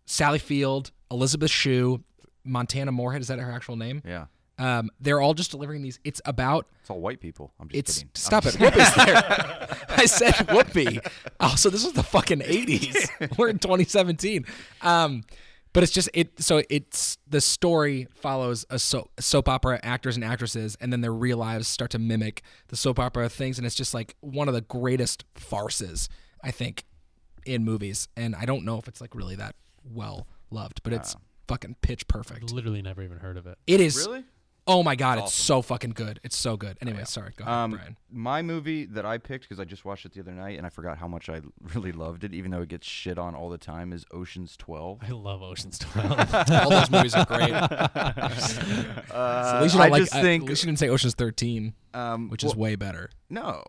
Speaker 3: Sally Field, Elizabeth Shue, Montana Moorhead. Is that her actual name?
Speaker 4: Yeah.
Speaker 3: Um, they're all just delivering these. It's about
Speaker 4: It's all white people. I'm just
Speaker 3: it's
Speaker 4: kidding.
Speaker 3: stop it. Whoopi's there. I said Whoopi. Also, this was the fucking eighties. We're in 2017. Um, but it's just it. So it's the story follows a soap, soap opera actors and actresses, and then their real lives start to mimic the soap opera things, and it's just like one of the greatest farces I think in movies. And I don't know if it's like really that well loved, but it's fucking pitch perfect.
Speaker 2: Literally never even heard of it.
Speaker 3: It is.
Speaker 4: Really?
Speaker 3: Oh my god, it's so fucking good. It's so good. Anyway, sorry. Go ahead,
Speaker 4: Um,
Speaker 3: Brian.
Speaker 4: my movie that I picked because I just watched it the other night and I forgot how much I really loved it, even though it gets shit on all the time, is Ocean's Twelve.
Speaker 2: I love Ocean's Twelve.
Speaker 3: All those movies are great.
Speaker 4: Uh,
Speaker 3: at least you don't
Speaker 4: I
Speaker 3: like,
Speaker 4: just
Speaker 3: uh,
Speaker 4: think
Speaker 3: at least you didn't say Ocean's Thirteen,
Speaker 4: um,
Speaker 3: which is way better.
Speaker 4: no,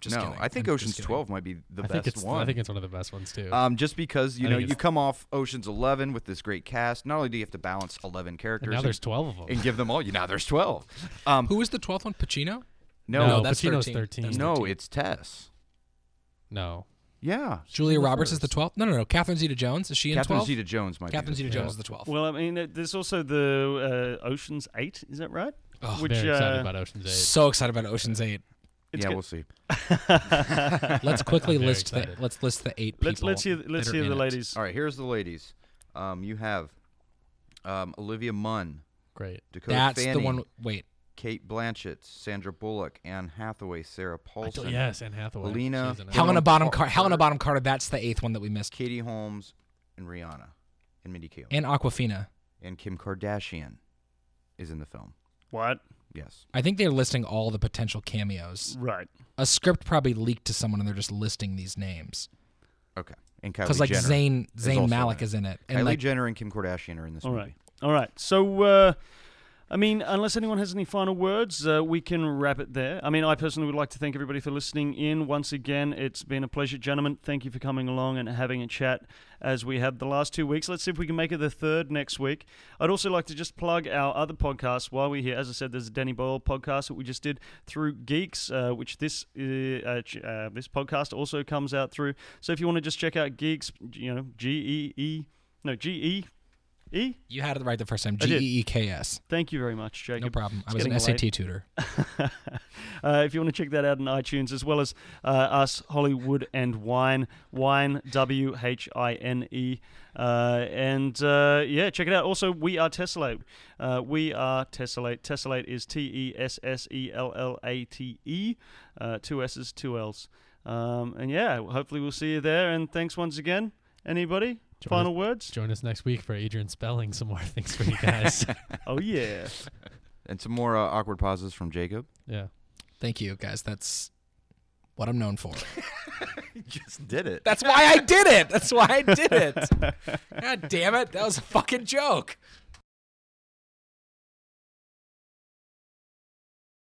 Speaker 3: Just
Speaker 4: no.
Speaker 3: kidding.
Speaker 4: I think
Speaker 3: I'm just
Speaker 4: Ocean's
Speaker 3: kidding.
Speaker 4: Twelve might be the
Speaker 2: I
Speaker 4: best
Speaker 2: think it's
Speaker 4: one.
Speaker 2: I think it's one of the best ones too.
Speaker 4: um, just because you
Speaker 2: I
Speaker 4: know
Speaker 2: think
Speaker 4: you
Speaker 2: it's-
Speaker 4: come off Ocean's Eleven with this great cast, not only do you have to balance eleven
Speaker 2: and
Speaker 4: characters
Speaker 2: now
Speaker 4: and,
Speaker 2: there's twelve of them.
Speaker 4: and give them all, you now there's twelve. Um,
Speaker 3: Who was the twelfth one? Pacino.
Speaker 4: no,
Speaker 2: No,
Speaker 3: that's
Speaker 2: Pacino's
Speaker 3: 13.
Speaker 2: 13.
Speaker 3: That's
Speaker 4: no,
Speaker 3: 13.
Speaker 4: it's Tess.
Speaker 2: no,
Speaker 4: Yeah,
Speaker 3: Julia
Speaker 2: the
Speaker 3: Roberts is the
Speaker 2: first.
Speaker 3: twelfth. No, no, no. Catherine Zeta-Jones is she in
Speaker 4: Catherine
Speaker 3: twelve?
Speaker 4: Zeta-Jones might
Speaker 3: Catherine
Speaker 4: be.
Speaker 3: Zeta-Jones
Speaker 2: Yeah.
Speaker 3: is the twelfth.
Speaker 1: Well, I mean, uh, there's also the uh, Ocean's Eight. Is that right?
Speaker 3: Oh,
Speaker 1: Which
Speaker 2: very excited
Speaker 1: uh,
Speaker 2: about Ocean's Eight.
Speaker 3: so excited about Ocean's Eight.
Speaker 1: it's
Speaker 4: yeah,
Speaker 1: good.
Speaker 4: we'll see.
Speaker 3: Let's quickly
Speaker 2: I'm very
Speaker 3: list the
Speaker 2: excited.
Speaker 3: let's list the eight people.
Speaker 1: let's let's hear let's
Speaker 3: that are
Speaker 1: hear
Speaker 3: in
Speaker 1: the
Speaker 3: it.
Speaker 1: ladies.
Speaker 4: All right, here's the ladies. Um, you have um, Olivia Munn,
Speaker 2: Great.
Speaker 4: Dakota
Speaker 3: That's
Speaker 4: Fanning,
Speaker 3: the one. Wait,
Speaker 4: Kate Blanchett, Sandra Bullock, Anne Hathaway, Sarah Paulson,
Speaker 2: Yes, Anne Hathaway.
Speaker 4: Lena-
Speaker 2: She's in it.
Speaker 4: Hel-
Speaker 3: Helena
Speaker 4: Helen
Speaker 3: Bottom
Speaker 4: Car-
Speaker 3: Carter. Helena Bottom Carter. That's the eighth one that we missed.
Speaker 4: Katie Holmes, and Rihanna, and Mindy Kaling,
Speaker 3: And Aquafina.
Speaker 4: and Kim Kardashian is in the film.
Speaker 1: What?
Speaker 4: Yes.
Speaker 3: I think they're listing all the potential
Speaker 4: Mm.
Speaker 3: cameos.
Speaker 1: Right.
Speaker 3: A script probably leaked to someone, and they're just listing these names.
Speaker 4: Okay. And Kylie
Speaker 3: Because like
Speaker 4: Jenner.
Speaker 3: Zayn
Speaker 4: is also
Speaker 3: Zayn
Speaker 4: in
Speaker 3: Malik
Speaker 4: it.
Speaker 3: is in it,
Speaker 4: Kylie
Speaker 3: and like
Speaker 4: Jenner and Kim Kardashian are in this
Speaker 1: All
Speaker 4: movie.
Speaker 1: right. All right. So, uh, I mean, unless anyone has any final words, uh, we can wrap it there. I mean, I personally would like to thank everybody for listening in. Once again, it's been a pleasure, gentlemen. Thank you for coming along and having a chat as we have the last two weeks. Let's see if we can make it the third next week. I'd also like to just plug our other podcasts while we're here. As I said, there's a Danny Boyle podcast that we just did through Geeks, uh, which this uh, uh, ch- uh, this podcast also comes out through. So if you want to just check out Geeks, you know, G E E, no, G E E.
Speaker 3: You had it right the first time.
Speaker 1: I
Speaker 3: G
Speaker 1: did.
Speaker 3: E E K S.
Speaker 1: Thank you very much, Jacob.
Speaker 3: No problem. I
Speaker 1: It's
Speaker 3: was an
Speaker 1: getting
Speaker 3: SAT
Speaker 1: late.
Speaker 3: tutor.
Speaker 1: Uh, if you want to check that out on iTunes, as well as uh, us, Hollywood and Wine, Wine W H I N E, uh, and uh, yeah, check it out. Also, we are Tessellate. Uh, we are Tessellate. Tessellate is T E S S E L L A T E, Uh, two S's, two L's. Um, and yeah, hopefully we'll see you there. And thanks once again. Anybody?
Speaker 2: Join
Speaker 1: Final words?
Speaker 2: Join us next week for Adrian spelling some more things for you guys.
Speaker 1: Oh yeah.
Speaker 4: And some more uh, awkward pauses from Jacob.
Speaker 2: Yeah.
Speaker 3: Thank you, guys. That's what I'm known for.
Speaker 4: He just did it.
Speaker 3: That's why I did it. That's why I did it. God damn it. That was a fucking joke.